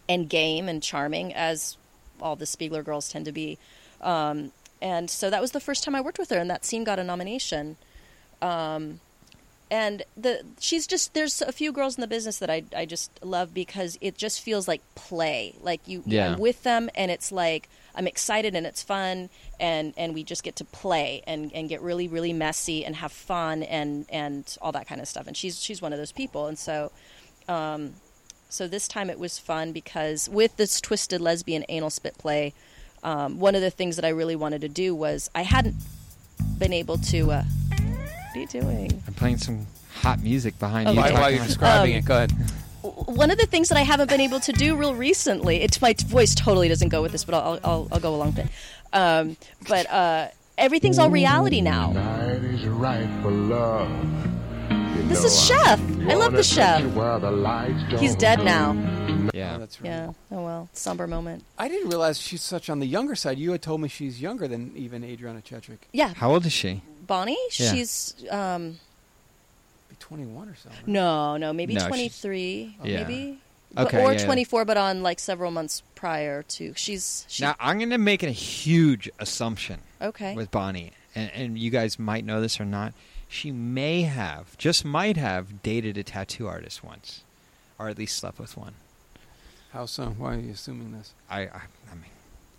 and game and charming as all the Spiegler girls tend to be. Um, and so that was the first time I worked with her, and that scene got a nomination. Um, and the she's just there's a few girls in the business that I I just love because it just feels like play, like you
Yeah.
I'm with them, and it's like I'm excited and it's fun, and and we just get to play and and get really really messy and have fun and and all that kind of stuff. And she's she's one of those people, and so um, so this time it was fun because with this twisted lesbian anal spit play, um, one of the things that I really wanted to do was I hadn't been able to. Uh, what are you doing?
I'm playing some hot music behind
Oh,
you.
yeah.
Why,
talking
while you're
about-
describing it, go ahead.
One of the things that I haven't been able to do real recently. It's my voice totally doesn't go with this, but I'll I'll, I'll go along with it. Um, but uh, everything's all reality now.
Night is ripe for love.
This is Chef. I love the Chef. He's dead now.
Yeah.
that's right.
Yeah. Oh well. Somber moment.
I didn't realize she's such on the younger side. You had told me she's younger than even Adriana Chetrick,
Yeah.
How old is she?
Bonnie.
Yeah.
She's um.
be twenty-one or something.
No, no. Maybe
No, she's-
twenty three.
Yeah.
Maybe.
Okay,
but, or
yeah, yeah.
twenty four, but on like several months prior to. She's. She,
Now I'm going to make a huge assumption
okay.
with Bonnie, and, and you guys might know this or not. She may have, just might have, dated a tattoo artist once, or at least slept with one.
How so? Why are you assuming this?
I, I, I mean,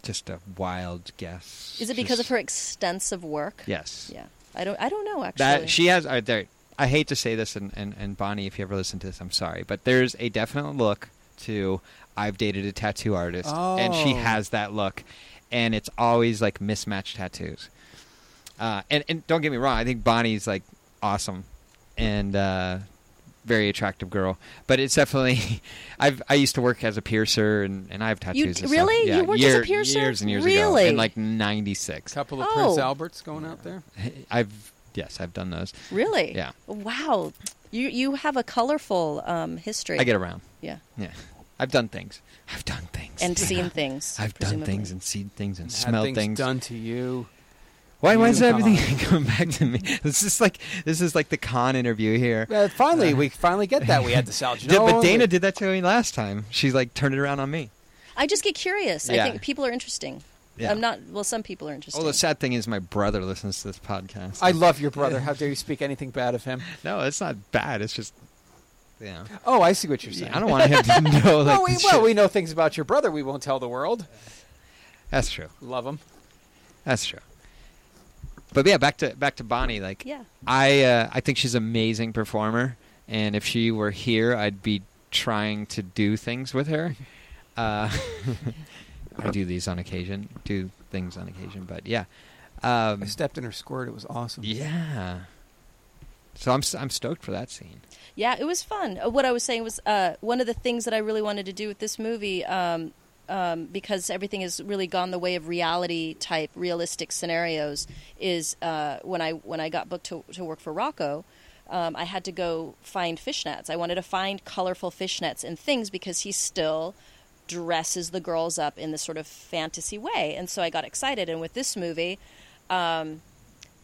just a wild guess.
Is it because
Just-
of her extensive work?
Yes.
Yeah. I don't. I don't know actually.
That she has. Uh, there, I hate to say this, and, and, and Bonnie, if you ever listen to this, I'm sorry, but there's a definite look to I've dated a tattoo artist, and she
Oh.
has that look, and it's always like mismatched tattoos. Uh, and and don't get me wrong, I think Bonnie's like awesome, and uh, very attractive girl, but it's definitely. I've I used to work as a piercer, and, and I have tattoos. and stuff.
really?
Yeah,
You worked as a
year-
piercer?
years and years
Really?
ago, in like '96.
Couple of
Oh.
Prince Alberts going out there.
I've yes, I've done those.
Really?
Yeah.
Wow. You you have a colorful um, history.
I get around.
Yeah.
Yeah. I've done things. I've done things.
And seen things.
I've
presumably.
done things and seen things and
Had
smelled
things,
things.
done to you.
Why why is
You- come
everything coming back to me? This is like this is like the con interview here.
Uh, finally, we finally get that. We had the salad.
Did- but Dana did that to me last time. She's like turned it around on me.
I just get curious.
Yeah.
I think people are interesting.
Yeah.
I'm not. Well, some people are interesting.
Oh, the sad thing is my brother listens to this podcast.
I love your brother. How dare you speak anything bad of him?
no, it's not bad. It's just yeah.
Oh, I see what you're saying.
I don't want him to know like
oh, we,
this
well,
shit.
we know things about your brother. We won't tell the world.
That's true.
Love him.
That's true. But yeah, back to back to Bonnie. Like,
Yeah.
I uh, I think she's an amazing performer, and if she were here, I'd be trying to do things with her. Uh, I do these on occasion, do things on occasion, but yeah, um,
I stepped in her squirt. It was awesome.
yeah. So I'm s- I'm stoked for that scene.
Yeah, it was fun. Uh, What I was saying was uh, one of the things that I really wanted to do with this movie, um, um, because everything has really gone the way of reality type realistic scenarios, is uh, when I when I got booked to, to work for Rocco. Um, I had to go find fishnets. I wanted to find colorful fishnets and things because he still dresses the girls up in this sort of fantasy way. And so I got excited. And with this movie, um,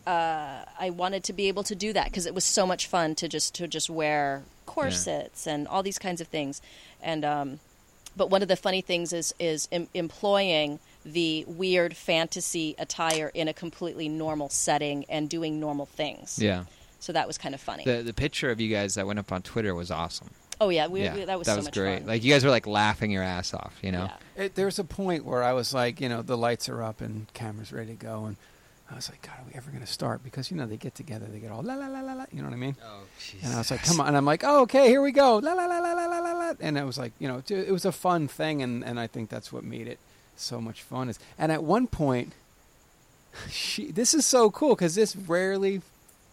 uh, I wanted to be able to do that because it was so much fun to just to just wear corsets and all these kinds of things. And um, but one of the funny things is is em- employing the weird fantasy attire in a completely normal setting and doing normal things.
Yeah,
So that was kind of funny.
the the picture of you guys that went up on Twitter was awesome.
oh yeah, we,
yeah,
we- that was so much
great.
fun.
Like you guys were like laughing your ass off. You know,
Yeah.
It, there was a point where I was like, you know, the lights are up and cameras ready to go, and I was like, God, are we ever going to start? Because you know they get together, they get all la la la la la. You know what I mean?
oh,
And I was like, come on. And I'm like, oh, okay, here we go. La la la la la la la la. And I was like, you know, it- it was a fun thing. And, and I think that's what made it so much fun. Is And at one point, she, this is so cool because this rarely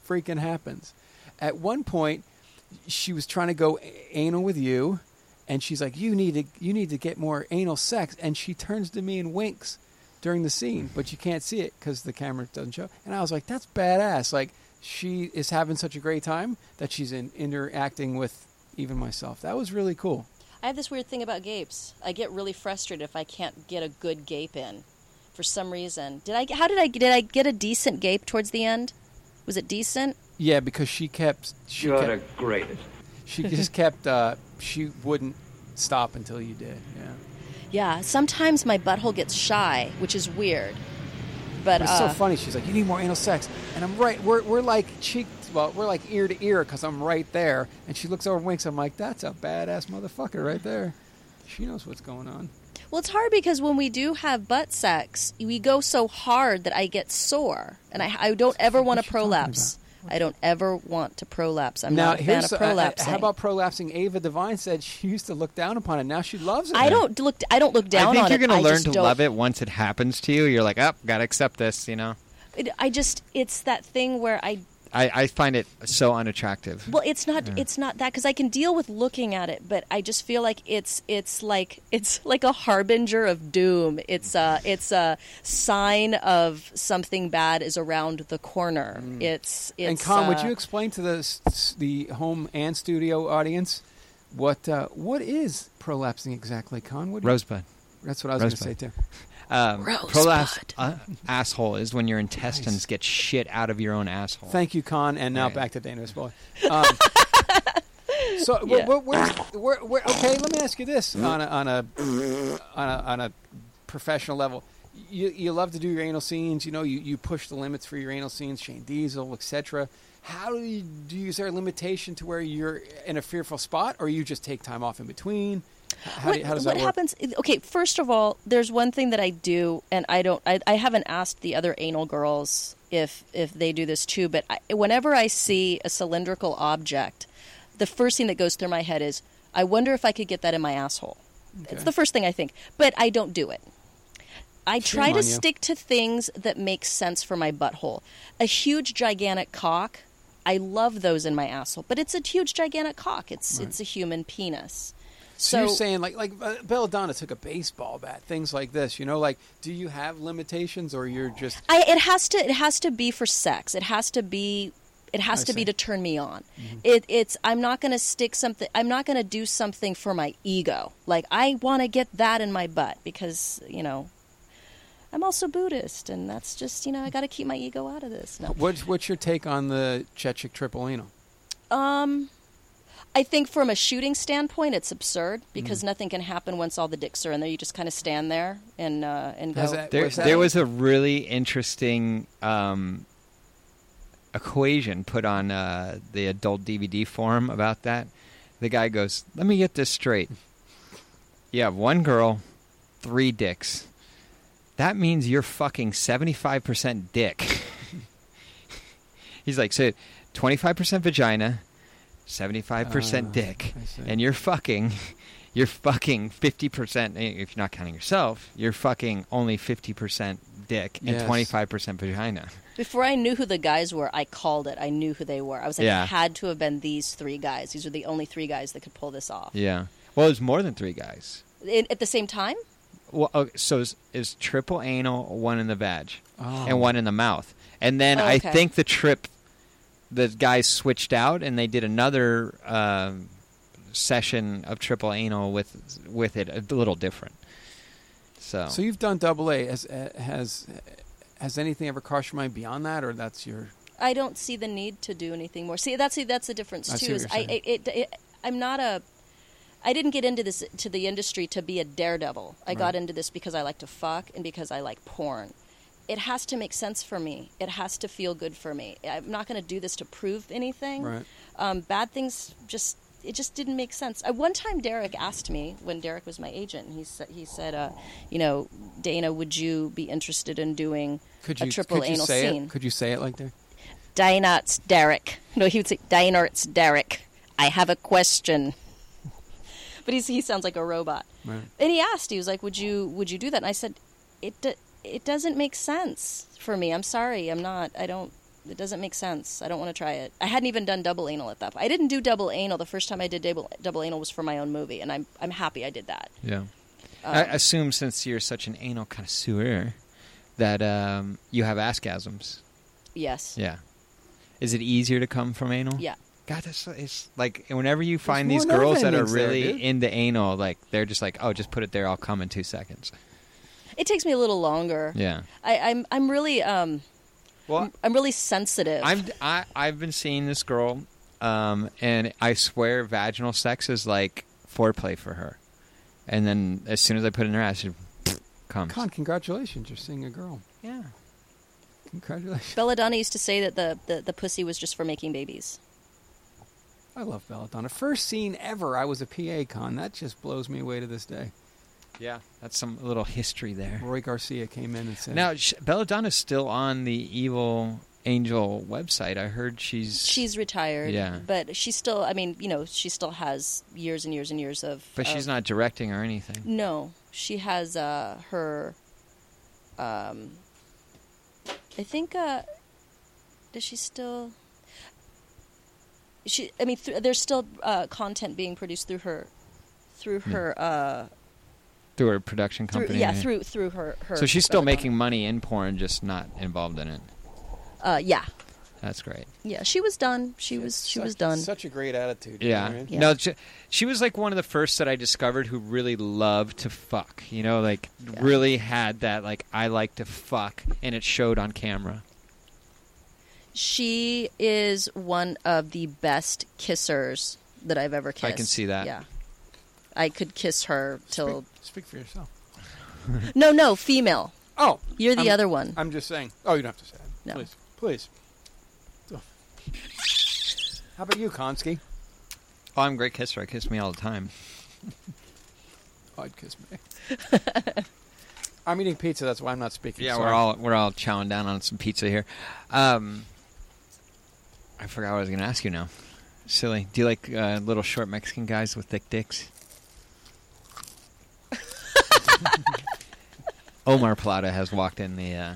freaking happens. At one point, she was trying to go a- anal with you. And she's like, you need to, you need to get more anal sex. And she turns to me and winks during the scene, but you can't see it because the camera doesn't show. And I was like, that's badass. Like, she is having such a great time that she's in, interacting with even myself. That was really cool.
I have this weird thing about gapes. I get really frustrated if I can't get a good gape in for some reason. Did I? How did I? Did I get a decent gape towards the end? Was it decent?
Yeah, because she kept. She You're kept, the greatest. She just kept. Uh, she wouldn't stop until you did. Yeah.
Yeah, sometimes my butthole gets shy, which is weird. But
But it's
uh,
so funny. She's like, "You need more anal sex," and I'm right. We're, we're like cheek, well, we're like ear to ear because I'm right there. And she looks over, and winks. I'm like, "That's a badass motherfucker right there." She knows what's going on.
well, it's hard because when we do have butt sex, we go so hard that I get sore, and I, I don't ever want
What
to
you talking
prolapse. I don't ever want to prolapse. I'm
now
not a fan of
here's uh, uh,
prolapsing.
how about prolapsing? Ava Devine said she used to look down upon it. Now she loves it.
I don't look. I don't look down
I think
on
you're
it.
gonna learn
just
to
don't-
love it once it happens to you. You're like, oh, gotta accept this, you know.
It- I just it's that thing where I
I, I find it so unattractive.
Well, it's not it's not that because I can deal with looking at it, but I just feel like it's it's like it's like a harbinger of doom. It's a it's a sign of something bad is around the corner. It's it's
Mm. and Con, would
uh,
you explain to the s- s- the home and studio audience what uh, what is prolapsing exactly, Con? What
Rosebud.
That's what I was going to say
Rosebud.
too.
Um,
Rosebud.
Prolapse uh, asshole is when your intestines
Nice.
get shit out of your own asshole.
Thank you, Con. And now
Right.
back to Dana's boy. Um, so wh-
Yeah. Mm-hmm.
wh- where's- where, where, okay, let me ask you this on a, on a on a, on a professional level. You, you love to do your anal scenes. You know, you, you push the limits for your anal scenes, Shane Diesel, etc. How do you do? You, is there a limitation to where you're in a fearful spot, or you just take time off in between? How,
what,
do, you- how does
what
that work?
happens? Okay, first of all, there's one thing that I do, and I don't. I, I haven't asked the other anal girls if if they do this too, but I, whenever I see a cylindrical object, the first thing that goes through my head is, I wonder if I could get that in my asshole. It's the first thing I think, but I don't do it. I try
on
to
you.
stick to things that make sense for my butthole. A huge gigantic cock, I love those in my asshole, but it's a huge gigantic cock. It's it's a human penis.
So, you're saying like like uh, Belladonna took a baseball bat, things like this. You know, like do you have limitations, or you're just
I, it has to it has to be for sex. It has to be it
I
has to
see. Mm-hmm.
be to turn me on. It, it's I'm not going to stick something. I'm not going to do something for my ego. Like I want to get that in my butt because you know I'm also Buddhist, and that's just you know I got to keep my ego out of this. No.
What's what's your take on the Chechik triple anal?
I think from a shooting standpoint, it's absurd because
Mm-hmm.
nothing can happen once all the dicks are in there. You just kind of stand there and uh, and go.
Has that-
There,
Was
there was a really interesting um, equation put on uh, the adult DVD forum about that. The guy goes, "Let me get this straight. You have one girl, three dicks. That means you're fucking seventy-five percent dick." He's like, "So, twenty-five percent vagina, seventy-five
Ah,
percent dick,
I see.
and you're fucking." you're fucking 50% if you're not counting yourself you're fucking only 50% dick and
Yes.
25% vagina
Before I knew who the guys were, I called it. I knew who they were. I was like,
Yeah.
it had to have been these three guys. These are the only three guys that could pull this off.
yeah well it's more than three guys
In- at the same time?
well okay, so it's, it's triple anal one in the vag
Oh.
and one in the mouth and then
Oh,
i
okay.
think the trip the guys switched out and they did another um, session of triple anal with with it a little different so,
So you've done double A. Has uh, has has anything ever crossed your mind beyond that, or that's your?
I don't see the need to do anything more. See, that's that's the difference
I see
too.
what
Is
you're
I
saying.
it, it, it I'm not a I didn't get into this to the industry to be a daredevil. I got into this because I like to fuck and because I like porn. It has to make sense for me. It has to feel good for me. I'm not going to do this to prove anything.
Right.
Um, bad things just it just didn't make sense. Uh, one time, Derek asked me when Derek was my agent. He said he said, uh, you know, Dana, would you be interested in doing
Could
a
you
triple
could you
anal
say
scene?
it? Could you say it like there?
Dynarts Derek. No, he would say Dynarts Derek. I have a question. But he's, he sounds like a robot.
Right.
And he asked, he was like, "Would you would you do that?" And I said, "It do, it doesn't make sense for me. I'm sorry. I'm not. I don't. It doesn't make sense. I don't want to try it. I hadn't even done double anal at that. point. I didn't do double anal. The first time I did double double anal was for my own movie, and I'm I'm happy I did that.
Yeah.
Um,
I assume since you're such an anal connoisseur that um, you have askasms.
Yes.
Yeah. Is it easier to come from anal?
Yeah.
God, that's it's like like—whenever you find
more
these girls that are
nerve-endings there,
really
dude.
into anal, like they're just like, oh, just put it there. I'll come in two seconds.
It takes me a little longer.
Yeah.
I, I'm I'm really um
Well,
I'm really
Mm.
sensitive.
I'm I, I've been seeing this girl, um, and I swear vaginal sex is like foreplay for her, and then as soon as I put it in her ass, she comes.
Con, congratulations! You're seeing a girl.
yeah.
Congratulations!
Belladonna used to say that the, the, the pussy was just for making babies.
I love Belladonna. First scene ever. I was a PA con. That just blows me away to this day.
Yeah. That's some little history there.
Roy Garcia came in and said,
Now, sh- Belladonna's still on the Evil Angel website. I heard she's
She's retired,
Yeah.
but she still, I mean, you know, she still has years and years and years of.
but she's not directing or anything.
No, she has uh, her. Um, I think. Uh, does she still? she i mean th- there's still uh, content being produced through her through her uh
through her production
through,
Hmm. company.
yeah
right?
through through her, her
So she's still
uh,
making money in porn, just not involved in it.
uh yeah
That's great.
yeah she was done she was she
Such-
was done
Such a great attitude. you know
Yeah.
what I mean?
Yeah.
No, she, she was like one of the first that I discovered who really loved to fuck. You know, like really had that like I like to fuck, and it showed on camera.
she is one of the best kissers that i've ever
I
kissed
can see that.
yeah i could kiss her till
Speak, speak for yourself.
no no female
Oh,
you're the
I'm-
other one
I'm just saying. Oh, you don't have to say that.
No.
Please, please. Ugh. How about you, Konski?
Oh, I'm a great kisser. I kiss me all the time.
I'd kiss me. I'm eating pizza. That's why I'm not speaking.
Yeah,
Sorry.
we're all we're all chowing down on some pizza here. Um, I forgot what I was going to ask you now. Silly. Do you like uh, little short Mexican guys with thick dicks? Omar Plata has walked in the uh,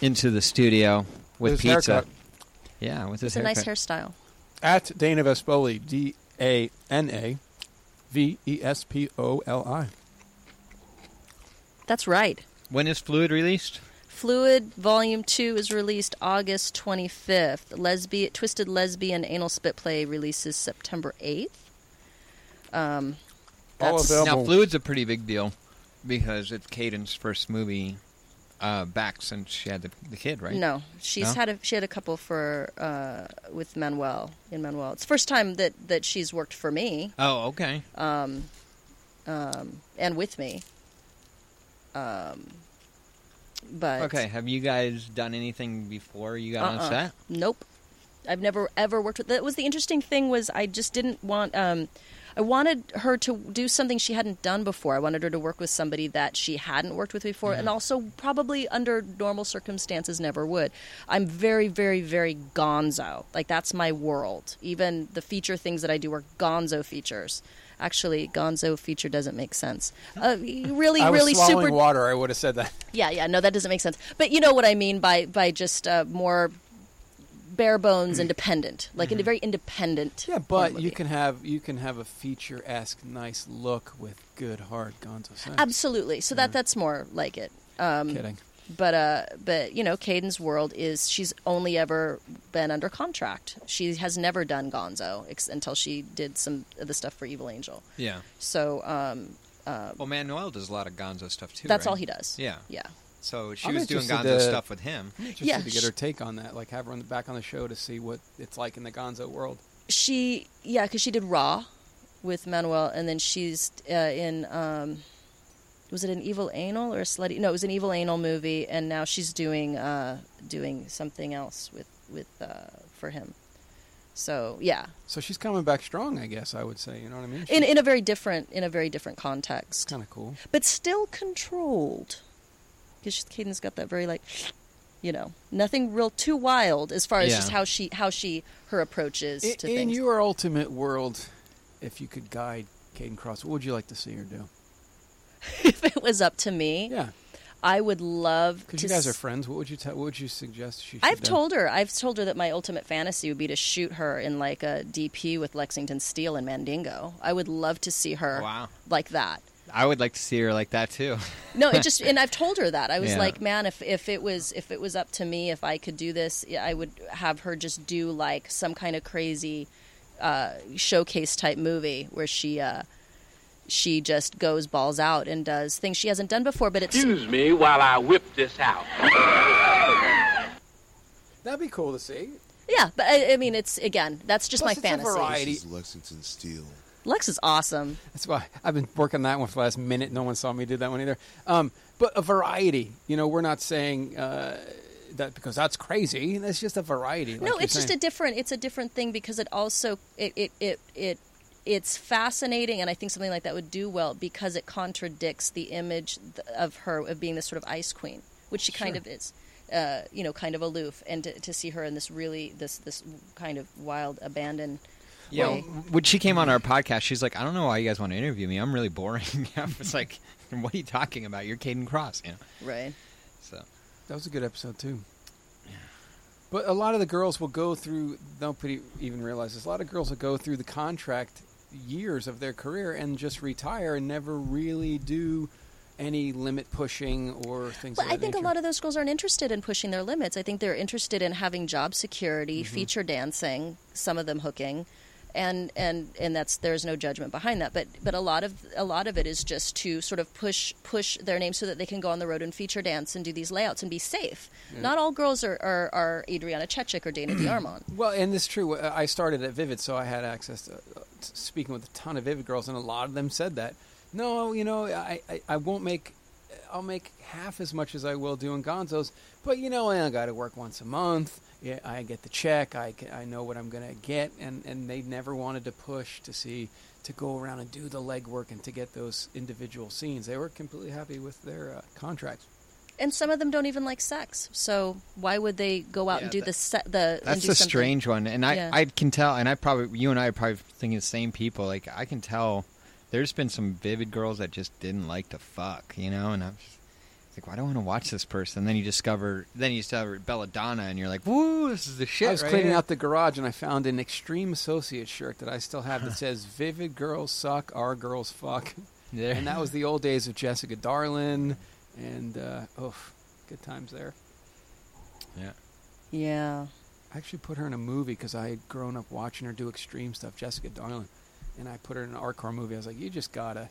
into the studio
His
with pizza.
haircut.
Yeah, with his
it's a nice
haircut.
hairstyle
at Dana Vespoli. D A N A V E S P O L I.
that's right
When is Fluid released?
Fluid Volume 2 is released August 25th. Lesbi- Twisted Lesbian Anal Spit Play releases September 8th. Um,
All
That's-
available.
Now, Fluid's a pretty big deal because it's Caden's first movie uh, back since she had the, the kid, right?
No, she's
No?
had a, she had a couple for uh, with Manuel in Manuel. It's the first time that, that she's worked for me
Oh, okay.
and with me. Um, but
Okay, have you guys done anything before you got
Uh-uh.
on set?
Nope. I've never ever worked with that was the interesting thing was I just didn't want um I wanted her to do something she hadn't done before. I wanted her to work with somebody that she hadn't worked with before and also probably under normal circumstances never would. I'm very very very gonzo. Like that's my world. Even the feature things that I do are gonzo features. Actually, gonzo feature doesn't make sense. Uh, really
I was
really
swallowing
super
water. I would have said that.
yeah, yeah. No, that doesn't make sense. But you know what I mean by by just uh, more bare bones independent, like in a very independent.
Mm-hmm. Yeah, but you
movie.
can have you can have a feature esque nice look with good hard Gonzo sex.
absolutely. So that that's more like it. Um,
kidding.
but uh, but you know, Caden's world is she's only ever been under contract. She has never done Gonzo ex- until she did some of the stuff for Evil Angel.
Yeah.
So um,
Well, Manuel does a lot of Gonzo stuff too.
that's
right?
all he does.
Yeah.
yeah.
So she
I'm
was doing Gonzo
interested to-
stuff with him.
Just
Yeah,
to get
sh-
her take on that, like have her on the back on the show to see what it's like in the Gonzo world.
she yeah because she did raw with manuel and then she's uh, in um was it an evil anal or a slutty no it was an evil anal movie and now she's doing uh doing something else with with uh for him so yeah
So she's coming back strong, I guess I would say. You know what I mean?
in in a very different in a very different context
kind of cool.
but still controlled because caden's got that very like you know nothing real too wild as far as
Yeah.
just how she how she her approach is
In,
to things
your ultimate world, if you could guide Caden Cross, what would you like to see her do?
if it was up to me
Yeah,
I would love
because
to.
you guys are
s-
friends. What would you tell? What would you suggest she? Should
I've
do?
told her. I've told her that my ultimate fantasy would be to shoot her in like a DP with Lexington Steel and Mandingo. I would love to see her
Wow.
like that.
I would like to see her like that too.
No, it just and I've told her that. I was
Yeah.
like, man, if if it was if it was up to me, if I could do this, yeah, I would have her just do like some kind of crazy uh, showcase type movie where she uh, she just goes balls out and does things she hasn't done before. But it's
Excuse me while I whip this out.
That'd be cool to see.
yeah. But I, I mean, it's again, that's just
Plus, it's
my
a
fantasy.
variety.
Lexington Steel.
Lex is awesome.
That's why I've been working that one for the last minute. No one saw me do that one either. Um, but a variety. You know, we're not saying uh, that because that's crazy. That's just a variety. like
no,
you're
it's just a
saying.
different. It's a different thing because it also it it it. it it's fascinating, and I think something like that would do well because it contradicts the image th- of her of being this sort of ice queen, which she kind of is, uh, you know, kind of aloof. And to, to see her in this really this this kind of wild abandon,
Yeah.
way.
when she came on our podcast, she's like, "I don't know why you guys want to interview me. I'm really boring." I was like, "What are you talking about? You're Caden Cross." You know.
right?
So
That was a good episode too. But a lot of the girls will go through. Nobody even realizes. A lot of girls will go through the contract years of their career and just retire and never really do any limit pushing or things.
Well,
of that
I think
nature.
a lot of those girls aren't interested in pushing their limits. I think they're interested in having job security,
Mm-hmm.
feature dancing, some of them hooking, and and and that's there's no judgment behind that. But but a lot of a lot of it is just to sort of push push their name so that they can go on the road and feature dance and do these layouts and be safe.
Yeah.
Not all girls are are, are Adriana Chechik or Dana Diarmond.
Well, and it's true. Uh, I started at Vivid, so I had access to uh, to speaking with a ton of Vivid girls, and a lot of them said that. No, you know, I, I, I won't make, I'll make half as much as I will doing Gonzo's, but you know, I got to work once a month. Yeah, I get the check. I, ca- I know what I'm gonna get, and and they never wanted to push to see to go around and do the legwork and to get those individual scenes. They were completely happy with their uh, contracts.
And some of them don't even like sex. So why would they go out
Yeah,
and do
that-
the se- the and
That's
do
the
something-
strange one, and I,
Yeah.
I can tell, and I probably you and I are probably thinking the same people. Like I can tell, there's been some vivid girls that just didn't like to fuck, you know, and I'm just like, why do I want to watch this person? then you discover, then you discover Belladonna, and you're like, woo, this is the shit.
I was
right
cleaning
here.
out the garage and I found an Extreme Associate shirt that I still have that says "Vivid girls suck, our girls fuck,"
There.
and that was the old days of Jessica Darlin, and uh, oh, good times there.
Yeah.
Yeah.
I actually put her in a movie because I had grown up watching her do extreme stuff, Jessica Darlin, and I put her in an art car movie. I was like, "You just gotta,"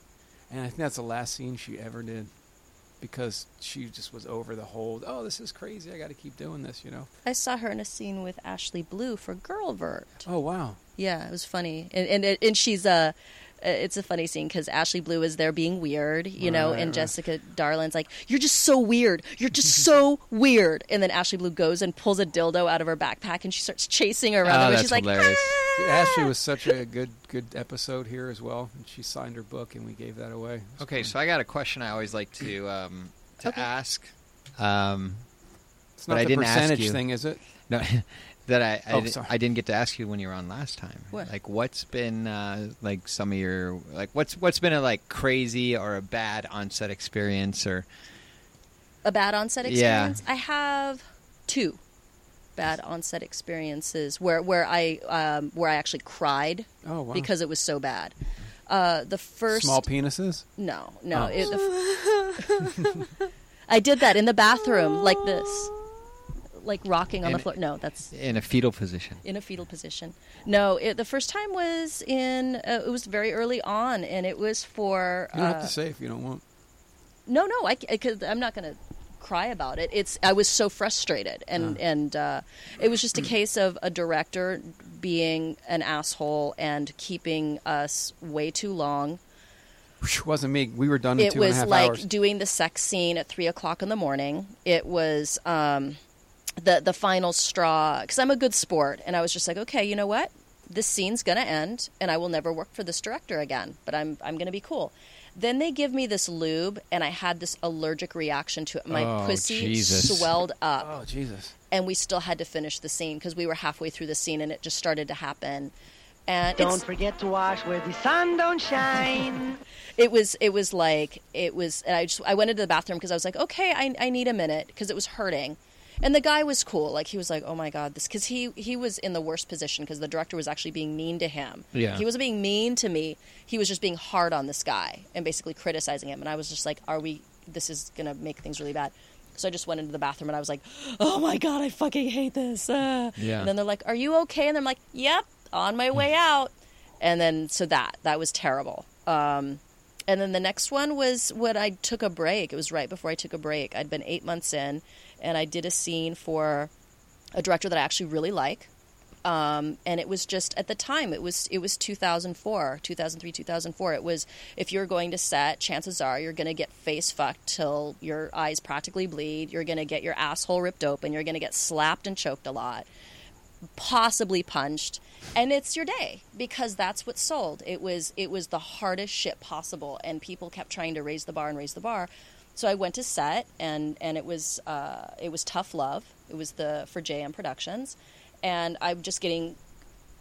and I think that's the last scene she ever did because she just was over the whole. Oh, this is crazy! I got to keep doing this, you know.
I saw her in a scene with Ashley Blue for Girlvert.
Oh wow.
Yeah, it was funny, and and it- and she's uh It's a funny scene because Ashley Blue is there being weird, you know,
Right,
and
right.
Jessica Darlin's like, "You're just so weird. You're just so weird." And then Ashley Blue goes and pulls a dildo out of her backpack, and she starts chasing her around.
Oh,
and
that's
she's like, "Ah!"
hilarious.
Dude, Ashley was such a good good episode here as well. And she signed her book, and we gave that away.
Okay, so I got a question I always like to um, to ask. Um,
It's
but
not
I
the
didn't ask
percentage
you.
thing, is it?
No, that I I,
Oh,
di-
sorry.
I didn't get to ask you when you were on last time.
What?
Like, what's been uh, like some of your like what's what's been a like crazy or a bad onset experience or
a bad onset
Yeah.
experience. I have two bad onset experiences where where I um, where I actually cried
Oh, wow.
because it was so bad. Uh, the first
Small penises.
No, no.
Oh.
It, the f- I did that in the bathroom, like this, like rocking on the
And-
floor. No, that's
in a fetal position?
in a fetal position. No, it, the first time was in. Uh, it was very early on, and it was for.
You don't have
uh,
to say if you don't want.
no, no, I, because I'm not going to cry about it. It's I was so frustrated, and and uh, it was just a case of a director being an asshole and keeping us way too long.
Whew, wasn't me. We were done in
It
two and a
was
half
like
hours.
doing the sex scene at three o'clock in the morning. It was um, the the final straw because I'm a good sport, and I was just like, okay, you know what, this scene's gonna end, and I will never work for this director again. But I'm I'm gonna be cool. Then they give me this lube, and I had this allergic reaction to it. My
Oh,
pussy
Jesus.
swelled up
oh Jesus!
and we still had to finish the scene because we were halfway through the scene and it just started to happen. And
Don't
it's-
forget to wash where the sun don't shine.
it was it was like it was. And I just I went into the bathroom because I was like, okay, I, I need a minute because it was hurting. And the guy was cool. Like he was like, oh my god, this because he he was in the worst position because the director was actually being mean to him.
Yeah.
he wasn't being mean to me. He was just being hard on this guy and basically criticizing him. And I was just like, are we? This is gonna make things really bad. So I just went into the bathroom and I was like, oh my god, I fucking hate this. Uh.
Yeah.
And then they're like, are you okay? And I'm like, yep, on my way out. And then so that that was terrible. Um, and then the next one was when I took a break. It was right before I took a break. I'd been eight months in, and I did a scene for a director that I actually really like. Um, and it was just at the time it was it was 2004 2003 2004 it was if you're going to set chances are you're going to get face fucked till your eyes practically bleed you're going to get your asshole ripped open you're going to get slapped and choked a lot possibly punched and it's your day because that's what sold it was it was the hardest shit possible and people kept trying to raise the bar and raise the bar so i went to set and and it was uh it was tough love it was the for jm productions and i'm just getting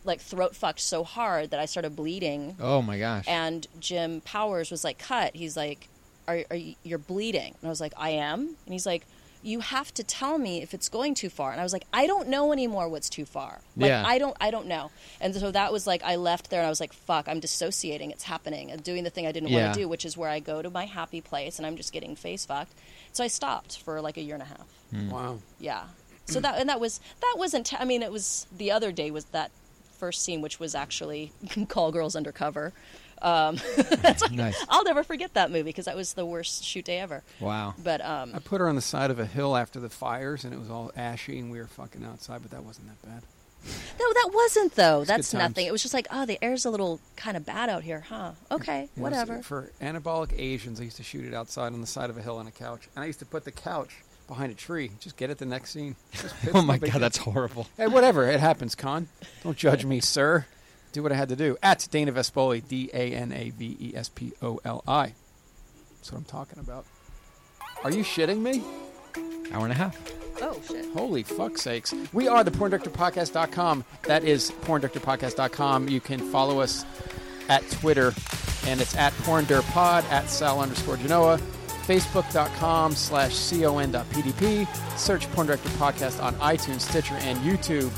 like throat fucked so hard that i started bleeding
Oh my gosh!
and Jim Powers was like, "Cut." He's like, "Are, are you, you're bleeding?" And I was like, "I am." And he's like, you have to tell me if it's going too far. And I was like, I don't know anymore what's too far. Like,
Yeah.
I don't, I don't know. And so that was like, I left there and I was like, fuck, I'm dissociating. It's happening. I'm doing the thing I didn't
Yeah.
want to do, which is where I go to my happy place and I'm just getting face fucked. So I stopped for like a year and a half.
Hmm.
Wow.
Yeah. So that and that was that wasn't. I mean, it was the other day was that first scene, which was actually Call Girls Undercover. Um, that's what-
Nice.
I'll never forget that movie because that was the worst shoot day ever.
Wow.
But um,
I put her on the side of a hill after the fires, and it was all ashy, and we were fucking outside, but that wasn't that bad.
no, that wasn't though.
It's good
That's
times.
nothing. It was just like, oh, the air's a little kind of bad out here, huh? Okay,
It was-
whatever.
For anabolic Asians, I used to shoot it outside on the side of a hill on a couch, and I used to put the couch behind a tree. Just get it the next scene. Just piss,
Oh my
no big
God,
deal.
that's horrible.
Hey, whatever. It happens, Con. Don't judge me, sir. Do what I had to do. At Dana Vespoli, D A N A V E S P O L I. That's what I'm talking about. Are you shitting me?
Hour and a half.
Oh shit.
Holy fuck sakes. We are the porndirectorpodcast.com. That is porndirectorpodcast.com. You can follow us at Twitter, and it's at porndirpod, at sal underscore genoa, facebook.com slash con.pdp. Search Porn Director Podcast on iTunes, Stitcher, and YouTube.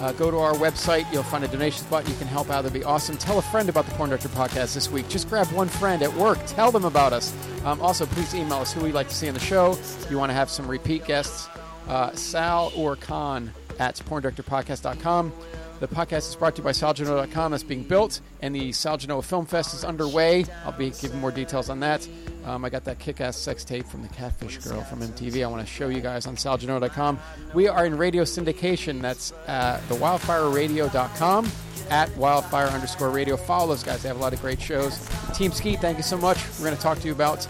Uh, go to our website. You'll find a donations button. You can help out. That'd be awesome. Tell a friend about the Porn Director Podcast this week. Just grab one friend at work. Tell them about us. Um, also, please email us who we'd like to see on the show. You want to have some repeat guests uh, Sal or Khan at porndirectorpodcast.com. The podcast is brought to you by SalGenoa.com. That's being built, and the Sal Genoa Film Fest is underway. I'll be giving more details on that. Um, I got that kick ass sex tape from the Catfish Girl from MTV. I want to show you guys on salgenoa.com. We are in radio syndication. That's uh, the wildfireradio.com at wildfire underscore radio. Follow those guys. They have a lot of great shows. Team Ski, thank you so much. We're going to talk to you about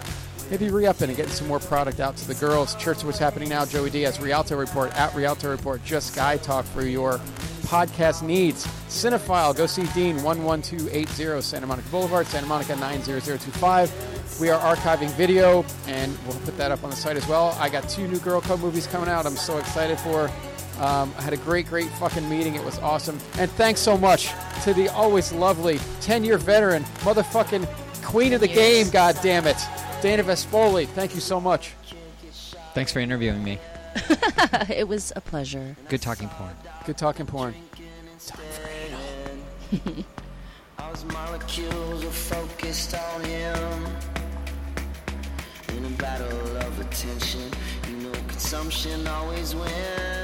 maybe re-upping and getting some more product out to the girls. Church, what's happening now? Joey Diaz, Rialto Report at Rialto Report. Just guy talk for your podcast needs. Cinephile, go see Dean one one two eight zero Santa Monica Boulevard, Santa Monica nine zero zero two five. We are archiving video and we'll put that up on the site as well. I got two new Girl Code movies coming out. I'm so excited for. Um, I had a great, great fucking meeting. It was awesome. And thanks so much to the always lovely 10 year veteran, motherfucking queen of the game, god damn it. Dana Vespoli, thank you so much.
Thanks for interviewing me.
it was a pleasure.
Good talking porn.
Good talking porn.
All molecules are focused on him. In a battle of attention, you know consumption always wins.